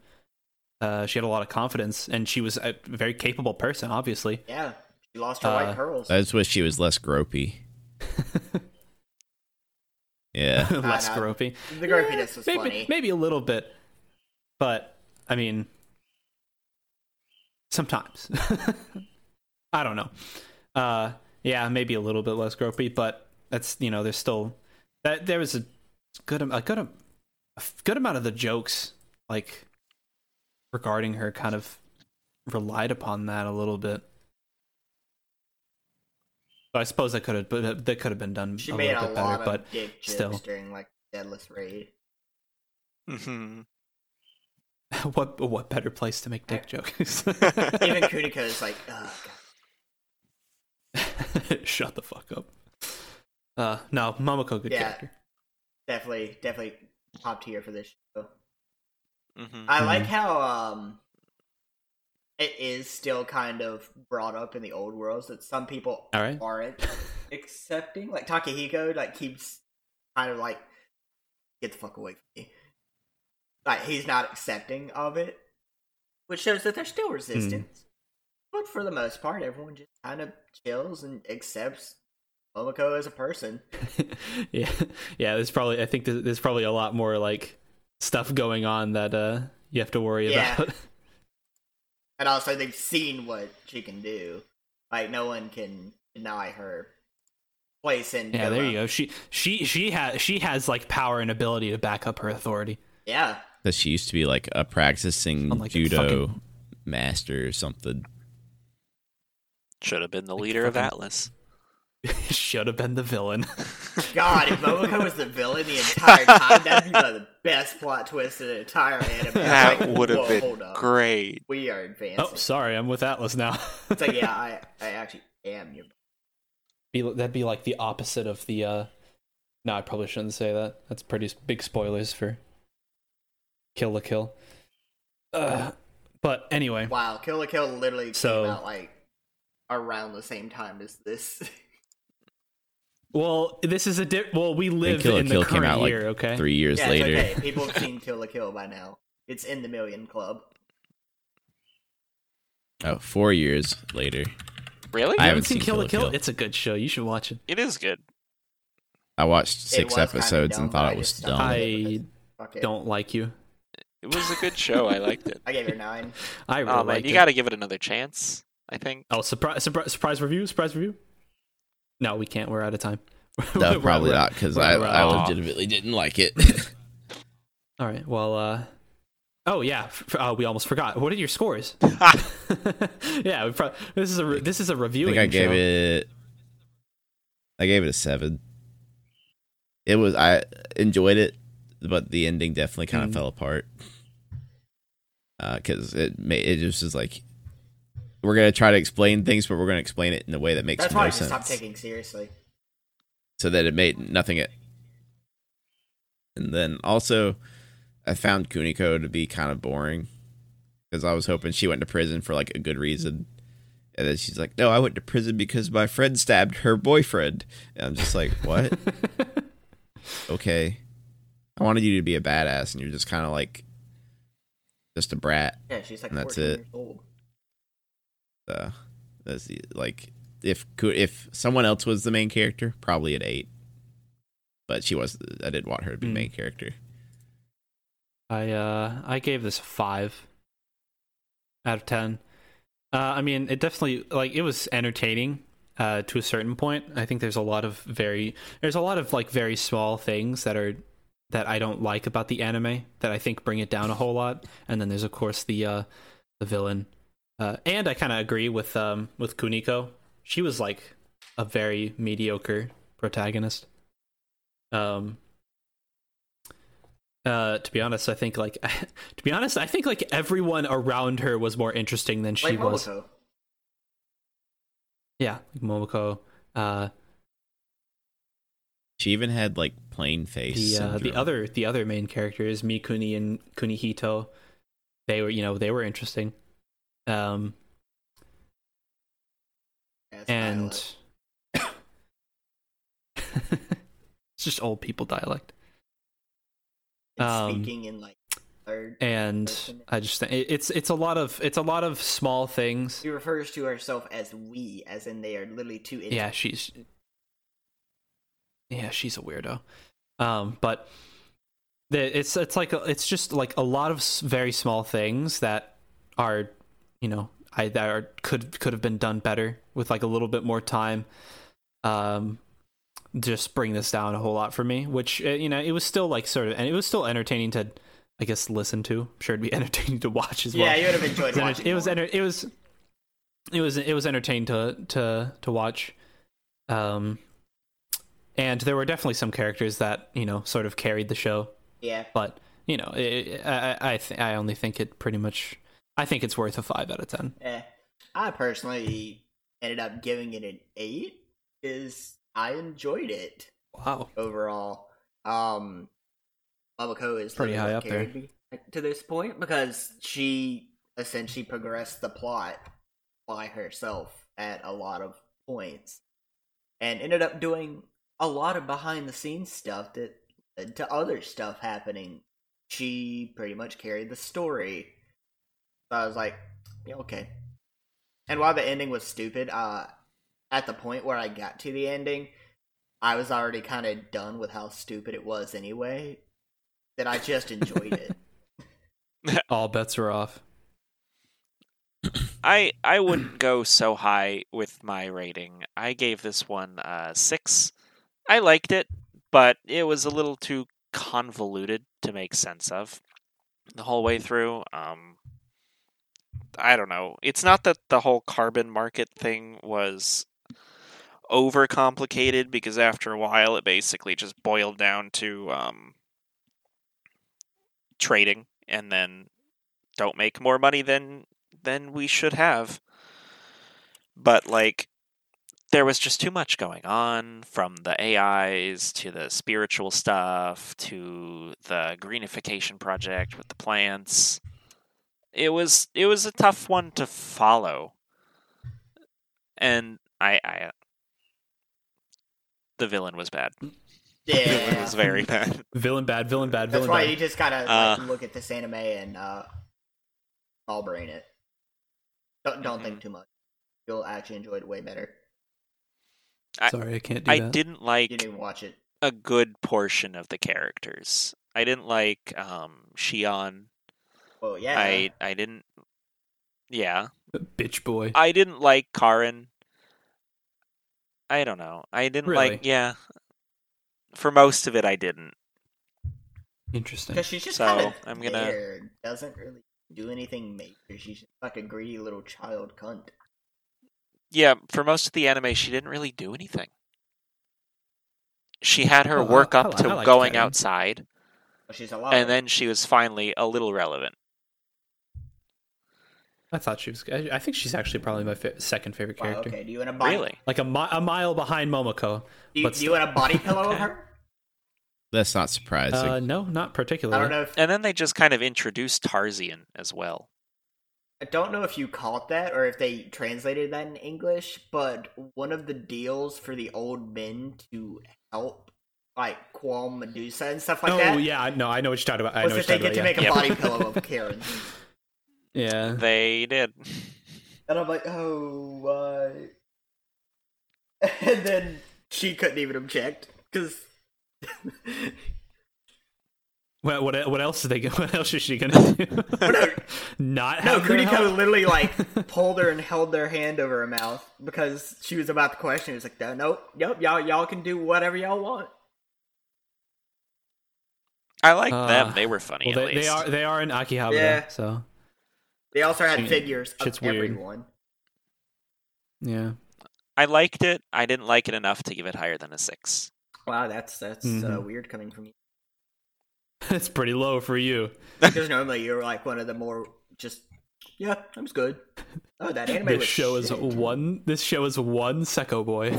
[SPEAKER 1] Uh, she had a lot of confidence, and she was a very capable person. Obviously,
[SPEAKER 2] Yeah, she lost her
[SPEAKER 1] Uh,
[SPEAKER 2] white curls.
[SPEAKER 4] I just wish she was less gropey. yeah.
[SPEAKER 1] less
[SPEAKER 2] I-
[SPEAKER 1] gropey. Eh,
[SPEAKER 2] the gropiness was
[SPEAKER 1] maybe,
[SPEAKER 2] funny.
[SPEAKER 1] Maybe a little bit, but I mean, sometimes I don't know. Uh, yeah, maybe a little bit less gropey, but that's you know, there's still that there was a good am- a good am- a f- good amount of the jokes like regarding her kind of relied upon that a little bit. But I suppose that could have but that could have been done
[SPEAKER 2] She
[SPEAKER 1] a
[SPEAKER 2] made
[SPEAKER 1] little
[SPEAKER 2] a
[SPEAKER 1] bit
[SPEAKER 2] lot
[SPEAKER 1] better.
[SPEAKER 2] of
[SPEAKER 1] But
[SPEAKER 2] dick jokes
[SPEAKER 1] still.
[SPEAKER 2] during like Deadless Raid. Mm-hmm.
[SPEAKER 3] Mhm.
[SPEAKER 1] what what better place to make dick jokes?
[SPEAKER 3] Mm-hmm.
[SPEAKER 2] Even Kunika is like, oh, God.
[SPEAKER 1] Shut the fuck up. Uh, no, Momoko, good
[SPEAKER 2] Yeah.
[SPEAKER 1] character.
[SPEAKER 2] definitely, definitely top tier for this show.
[SPEAKER 3] Mhm.
[SPEAKER 1] Mm-hmm.
[SPEAKER 2] I like how um it is still kind of brought up in the old worlds that some people
[SPEAKER 1] All right.
[SPEAKER 2] aren't accepting. Like Takahiko, like keeps kind of like get the fuck away from me. Like he's not accepting of it, which shows that there's
[SPEAKER 1] Hmm.
[SPEAKER 2] still resistance. But for the most part, everyone just kind of chills and accepts Momoko as a person.
[SPEAKER 1] yeah, yeah. There's probably I think there's, there's probably a lot more like stuff going on that uh you have to worry
[SPEAKER 2] Yeah.
[SPEAKER 1] about.
[SPEAKER 2] And also, they've seen what she can do. Like, no one can deny her place in.
[SPEAKER 1] yeah, there
[SPEAKER 2] Dora.
[SPEAKER 1] you go. She she she has she has like power and ability to back up her authority.
[SPEAKER 2] Yeah,
[SPEAKER 4] That she used to be like a practicing
[SPEAKER 1] Unlike a
[SPEAKER 4] judo master or something.
[SPEAKER 3] Should have been the leader of
[SPEAKER 1] fucking-
[SPEAKER 3] Atlas.
[SPEAKER 1] Should have been the villain.
[SPEAKER 2] God, if Momoko was the villain the entire time, that'd be one of the best plot twists in the entire anime.
[SPEAKER 3] That
[SPEAKER 2] Like,
[SPEAKER 3] would have
[SPEAKER 2] whoa,
[SPEAKER 3] been
[SPEAKER 2] hold up.
[SPEAKER 3] great.
[SPEAKER 2] We are
[SPEAKER 1] oh,
[SPEAKER 2] advancing.
[SPEAKER 1] sorry, I'm with Atlas now.
[SPEAKER 2] It's like, yeah, I, I actually am your.
[SPEAKER 1] be, that'd be like the opposite of the. uh No, I probably shouldn't say that. That's pretty s- big spoilers for Kill the Kill. Uh, but anyway,
[SPEAKER 2] Wow, Kill la Kill literally
[SPEAKER 1] So-
[SPEAKER 2] came out like around the same time as this.
[SPEAKER 1] well, this is a di- well. We live
[SPEAKER 4] Kill la
[SPEAKER 1] in the
[SPEAKER 4] Kill
[SPEAKER 1] current
[SPEAKER 4] came out, like,
[SPEAKER 1] year, okay?
[SPEAKER 4] Three years
[SPEAKER 2] yeah, it's
[SPEAKER 4] later,
[SPEAKER 2] okay. People have seen Kill la Kill by now. It's in the million club.
[SPEAKER 4] oh, four years later,
[SPEAKER 3] Really?
[SPEAKER 4] I
[SPEAKER 1] You
[SPEAKER 4] haven't seen
[SPEAKER 1] Kill
[SPEAKER 4] Kill
[SPEAKER 1] la
[SPEAKER 4] la
[SPEAKER 1] Kill.
[SPEAKER 4] Kill.
[SPEAKER 1] It's a good show. You should watch it.
[SPEAKER 3] It is good.
[SPEAKER 4] I watched six
[SPEAKER 2] was kinda
[SPEAKER 4] episodes
[SPEAKER 2] dumb,
[SPEAKER 4] and thought
[SPEAKER 2] but
[SPEAKER 4] it
[SPEAKER 2] I
[SPEAKER 4] was
[SPEAKER 2] just
[SPEAKER 4] dumb.
[SPEAKER 2] stopped.
[SPEAKER 1] I
[SPEAKER 2] Fuck it.
[SPEAKER 1] don't like you.
[SPEAKER 3] It was a good show. I liked it.
[SPEAKER 2] I gave her nine.
[SPEAKER 1] I really
[SPEAKER 3] Oh man,
[SPEAKER 1] like
[SPEAKER 3] you
[SPEAKER 1] it.
[SPEAKER 3] got to give it another chance. I think.
[SPEAKER 1] Oh, surprise! Surprise! Surprise review! Surprise review! No, we can't. We're out of time.
[SPEAKER 4] No,
[SPEAKER 1] We're-
[SPEAKER 4] probably
[SPEAKER 1] we're-
[SPEAKER 4] not because
[SPEAKER 1] we're-
[SPEAKER 4] I,
[SPEAKER 1] we're
[SPEAKER 4] I
[SPEAKER 1] out.
[SPEAKER 3] Aw.
[SPEAKER 4] legitimately didn't like it.
[SPEAKER 1] All right. Well. uh Oh yeah. F- uh, we almost forgot. What are your scores? yeah. We pro- this is a re- this is a
[SPEAKER 4] I
[SPEAKER 1] review.
[SPEAKER 4] think I gave it. I gave it a seven. It was I enjoyed it, but the ending definitely kind of
[SPEAKER 1] Mm.
[SPEAKER 4] fell apart. Because it made it just is like we're gonna try to explain things, but we're gonna explain it in a way that makes
[SPEAKER 2] That's
[SPEAKER 4] no
[SPEAKER 2] why I just stopped
[SPEAKER 4] sense.
[SPEAKER 2] taking seriously.
[SPEAKER 4] So that it made nothing. It, and then also, I found Kuniko to be kind of boring because I was hoping she went to prison for like a good reason. And then she's like, "No, I went to prison because my friend stabbed her boyfriend." And I'm just like, "What? okay, I wanted you to be a badass, and you're just kind of like just a brat."
[SPEAKER 2] Yeah, she's like
[SPEAKER 4] And that's
[SPEAKER 2] 14
[SPEAKER 4] it.
[SPEAKER 2] years old.
[SPEAKER 4] Uh, that's the- like if Ku- if someone else was the main character, probably at eight. But she was. I did want her to be
[SPEAKER 1] Mm.
[SPEAKER 4] main character.
[SPEAKER 1] I uh I gave this a five out of ten. Uh, I mean, it definitely like it was entertaining uh, to a certain point. I think there's a lot of very there's a lot of like very small things that are that I don't like about the anime that I think bring it down a whole lot. And then there's of course the uh, the villain. Uh, and I kind of agree with um with Kuniko. She was like a very mediocre protagonist. Um, uh, to be honest, I think like to be honest, I think like everyone around her was more interesting than she
[SPEAKER 2] Like
[SPEAKER 1] was.
[SPEAKER 2] Momoko.
[SPEAKER 1] Yeah, like Momoko. Uh,
[SPEAKER 4] She even had like plain face.
[SPEAKER 1] the uh, the
[SPEAKER 4] syndrome.
[SPEAKER 1] other the other main characters, Mikuni and Kunihito, they were you know they were interesting. Um,
[SPEAKER 2] That's
[SPEAKER 1] and
[SPEAKER 2] dialect.
[SPEAKER 1] it's just old people dialect.
[SPEAKER 2] It's
[SPEAKER 1] um,
[SPEAKER 2] speaking in like third.
[SPEAKER 1] And
[SPEAKER 2] person.
[SPEAKER 1] I just think it- it's it's a lot of it's a lot of small things.
[SPEAKER 2] She refers to herself as we, as in they are literally two. indi-
[SPEAKER 1] yeah she's yeah she's a weirdo um but the, it's it's like a, it's just like a lot of s- very small things that are you know i that are could could have been done better with like a little bit more time um just bring this down a whole lot for me which uh, you know it was still like sort of and it was still entertaining to i guess listen to I'm sure it'd be entertaining to watch as
[SPEAKER 2] Yeah,
[SPEAKER 1] well
[SPEAKER 2] you would have enjoyed
[SPEAKER 1] it was,
[SPEAKER 2] watching.
[SPEAKER 1] enter- it was
[SPEAKER 2] more.
[SPEAKER 1] enter- it was it was it was entertaining to to to watch Um, and there were definitely some characters that you know sort of carried the show,
[SPEAKER 2] Yeah.
[SPEAKER 1] but you know it, I I I, th- I only think it pretty much I think it's worth a five out of ten.
[SPEAKER 2] Eh. I personally ended up giving it an eight because I enjoyed it
[SPEAKER 1] Wow,
[SPEAKER 2] overall. Um, Babaco is
[SPEAKER 1] Pretty
[SPEAKER 2] literally
[SPEAKER 1] high
[SPEAKER 2] what
[SPEAKER 1] up there.
[SPEAKER 2] carried me to this point because she essentially progressed the plot by herself at a lot of points and ended up doing a lot of behind the scenes stuff that led to other stuff happening. She pretty much carried the story. So I was like, yeah, okay. And while the ending was stupid, uh, at the point where I got to the ending, I was already kind of done with how stupid it was anyway. That I just enjoyed it.
[SPEAKER 1] all bets are off.
[SPEAKER 3] I I wouldn't go so high with my rating. I gave this one uh, six. I liked it, but it was a little too convoluted to make sense of the whole way through. Um, I don't know. It's not that the whole carbon market thing was overcomplicated because after a while it basically just boiled down to um, trading and then don't make more money than than we should have. But like there was just too much going on from the AIs to the spiritual stuff to the greenification project with the plants. It was it was a tough one to follow. And I I the villain was bad. The villain
[SPEAKER 2] Yeah,
[SPEAKER 3] was very bad.
[SPEAKER 1] Villain bad, villain bad,
[SPEAKER 2] that's
[SPEAKER 1] villain
[SPEAKER 2] why
[SPEAKER 1] bad.
[SPEAKER 2] you just gotta
[SPEAKER 3] Uh.
[SPEAKER 2] like, look at this anime and uh, all brain it. Don't don't
[SPEAKER 3] Mm-hmm.
[SPEAKER 2] think too much. You'll actually enjoy it way better.
[SPEAKER 3] I-
[SPEAKER 1] Sorry, I can't do
[SPEAKER 3] I
[SPEAKER 1] that.
[SPEAKER 3] didn't
[SPEAKER 2] You
[SPEAKER 3] like
[SPEAKER 2] didn't even watch it.
[SPEAKER 3] a good portion of the characters. I didn't like um Shion.
[SPEAKER 2] Well, yeah.
[SPEAKER 3] I I didn't Yeah.
[SPEAKER 1] Bitch boy.
[SPEAKER 3] I didn't like Karin. I don't know. I didn't like
[SPEAKER 1] Really?
[SPEAKER 3] yeah. For most of it I didn't.
[SPEAKER 1] Interesting.
[SPEAKER 2] Because she's just
[SPEAKER 3] So,
[SPEAKER 2] kind of
[SPEAKER 3] I'm gonna-
[SPEAKER 2] there. Doesn't really do anything major. She's just like a greedy little child cunt.
[SPEAKER 3] Yeah, for most of the anime she didn't really do anything. She had her
[SPEAKER 1] Well, I-
[SPEAKER 3] work
[SPEAKER 1] I
[SPEAKER 3] up
[SPEAKER 1] li- I
[SPEAKER 3] to
[SPEAKER 1] liked
[SPEAKER 3] going
[SPEAKER 1] Karin.
[SPEAKER 3] outside
[SPEAKER 2] But she's a lot.
[SPEAKER 3] and then she was finally a little relevant.
[SPEAKER 1] I thought she was. I, I think she's actually probably my fa- second favorite
[SPEAKER 2] wow,
[SPEAKER 1] character.
[SPEAKER 2] okay. Do you want to buy?
[SPEAKER 3] Really?
[SPEAKER 1] Like a, mi- a mile behind Momoko.
[SPEAKER 2] Do you,
[SPEAKER 1] But
[SPEAKER 2] do you want a body pillow of her?
[SPEAKER 4] That's not surprising.
[SPEAKER 1] Uh, no, not
[SPEAKER 2] I
[SPEAKER 1] particularly.
[SPEAKER 2] don't know. If,
[SPEAKER 3] And then they just kind of introduced Tarzian as well.
[SPEAKER 2] I don't know if you caught that or if they translated that in English, but one of the deals for the old men to help, like Qualm Medusa and stuff like
[SPEAKER 1] oh
[SPEAKER 2] that,
[SPEAKER 1] yeah, no, I know what you're talking about. I
[SPEAKER 2] was
[SPEAKER 1] know
[SPEAKER 2] that
[SPEAKER 1] what
[SPEAKER 2] they
[SPEAKER 1] you're
[SPEAKER 2] get to
[SPEAKER 1] talking about.
[SPEAKER 2] make a
[SPEAKER 3] yeah.
[SPEAKER 2] body pillow of Karen.
[SPEAKER 1] Yeah. yeah.
[SPEAKER 3] They did.
[SPEAKER 2] And I'm like, oh, uh... and then she couldn't even object because
[SPEAKER 1] Well, what what else did they? What else is she gonna do? Not
[SPEAKER 2] no,
[SPEAKER 1] have their
[SPEAKER 2] Kuniko
[SPEAKER 1] help?
[SPEAKER 2] literally like pulled her and held their hand over her mouth because she was about to question. It was like, no, nope, nope, y'all, y'all can do whatever y'all want.
[SPEAKER 3] I like
[SPEAKER 1] Uh,
[SPEAKER 3] them. They were funny
[SPEAKER 1] Well, they,
[SPEAKER 3] at least.
[SPEAKER 1] they are they are in Akihabara,
[SPEAKER 2] Yeah.
[SPEAKER 1] so
[SPEAKER 2] They also had
[SPEAKER 1] Shit-
[SPEAKER 2] figures of
[SPEAKER 1] shit's weird.
[SPEAKER 2] everyone.
[SPEAKER 1] yeah.
[SPEAKER 3] I liked it. I didn't like it enough to give it higher than a six.
[SPEAKER 2] Wow, that's that's uh,
[SPEAKER 1] Mhm.
[SPEAKER 2] weird coming from you.
[SPEAKER 1] That's pretty low for you.
[SPEAKER 2] Because normally you're like one of the more just yeah, I'm just good. Oh, that anime
[SPEAKER 1] This
[SPEAKER 2] was
[SPEAKER 1] show
[SPEAKER 2] shit.
[SPEAKER 1] is one. This show is one Seko boy.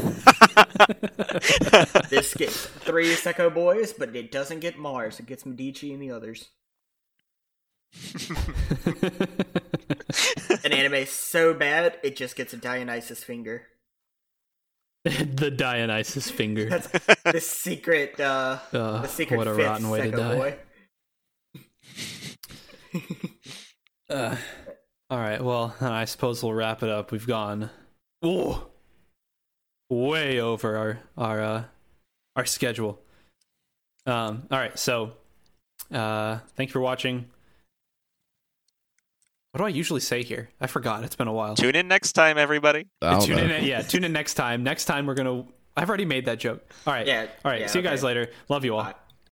[SPEAKER 2] This gets three Seko boys, but it doesn't get Mars. It gets Medici and the others. An anime so bad it just gets a Dionysus finger.
[SPEAKER 1] the Dionysus finger.
[SPEAKER 2] That's the secret. uh
[SPEAKER 1] Ugh,
[SPEAKER 2] The secret.
[SPEAKER 1] what a
[SPEAKER 2] fifth
[SPEAKER 1] rotten way to
[SPEAKER 2] Seko
[SPEAKER 1] die.
[SPEAKER 2] Boy.
[SPEAKER 1] Uh, all right. Well, I suppose we'll wrap it up. We've gone, ooh, way over our our uh, our schedule. Um. All right. So, uh, thank you for watching. What do I usually say here? I forgot. It's been a while.
[SPEAKER 3] Tune in next time, everybody.
[SPEAKER 4] I don't
[SPEAKER 1] tune
[SPEAKER 4] know.
[SPEAKER 1] in. Yeah. Tune in next time. Next time we're gonna. I've already made that joke. All right.
[SPEAKER 2] Yeah,
[SPEAKER 1] All right.
[SPEAKER 2] yeah,
[SPEAKER 1] see you guys
[SPEAKER 2] okay.
[SPEAKER 1] later. Love you all.
[SPEAKER 2] Bye.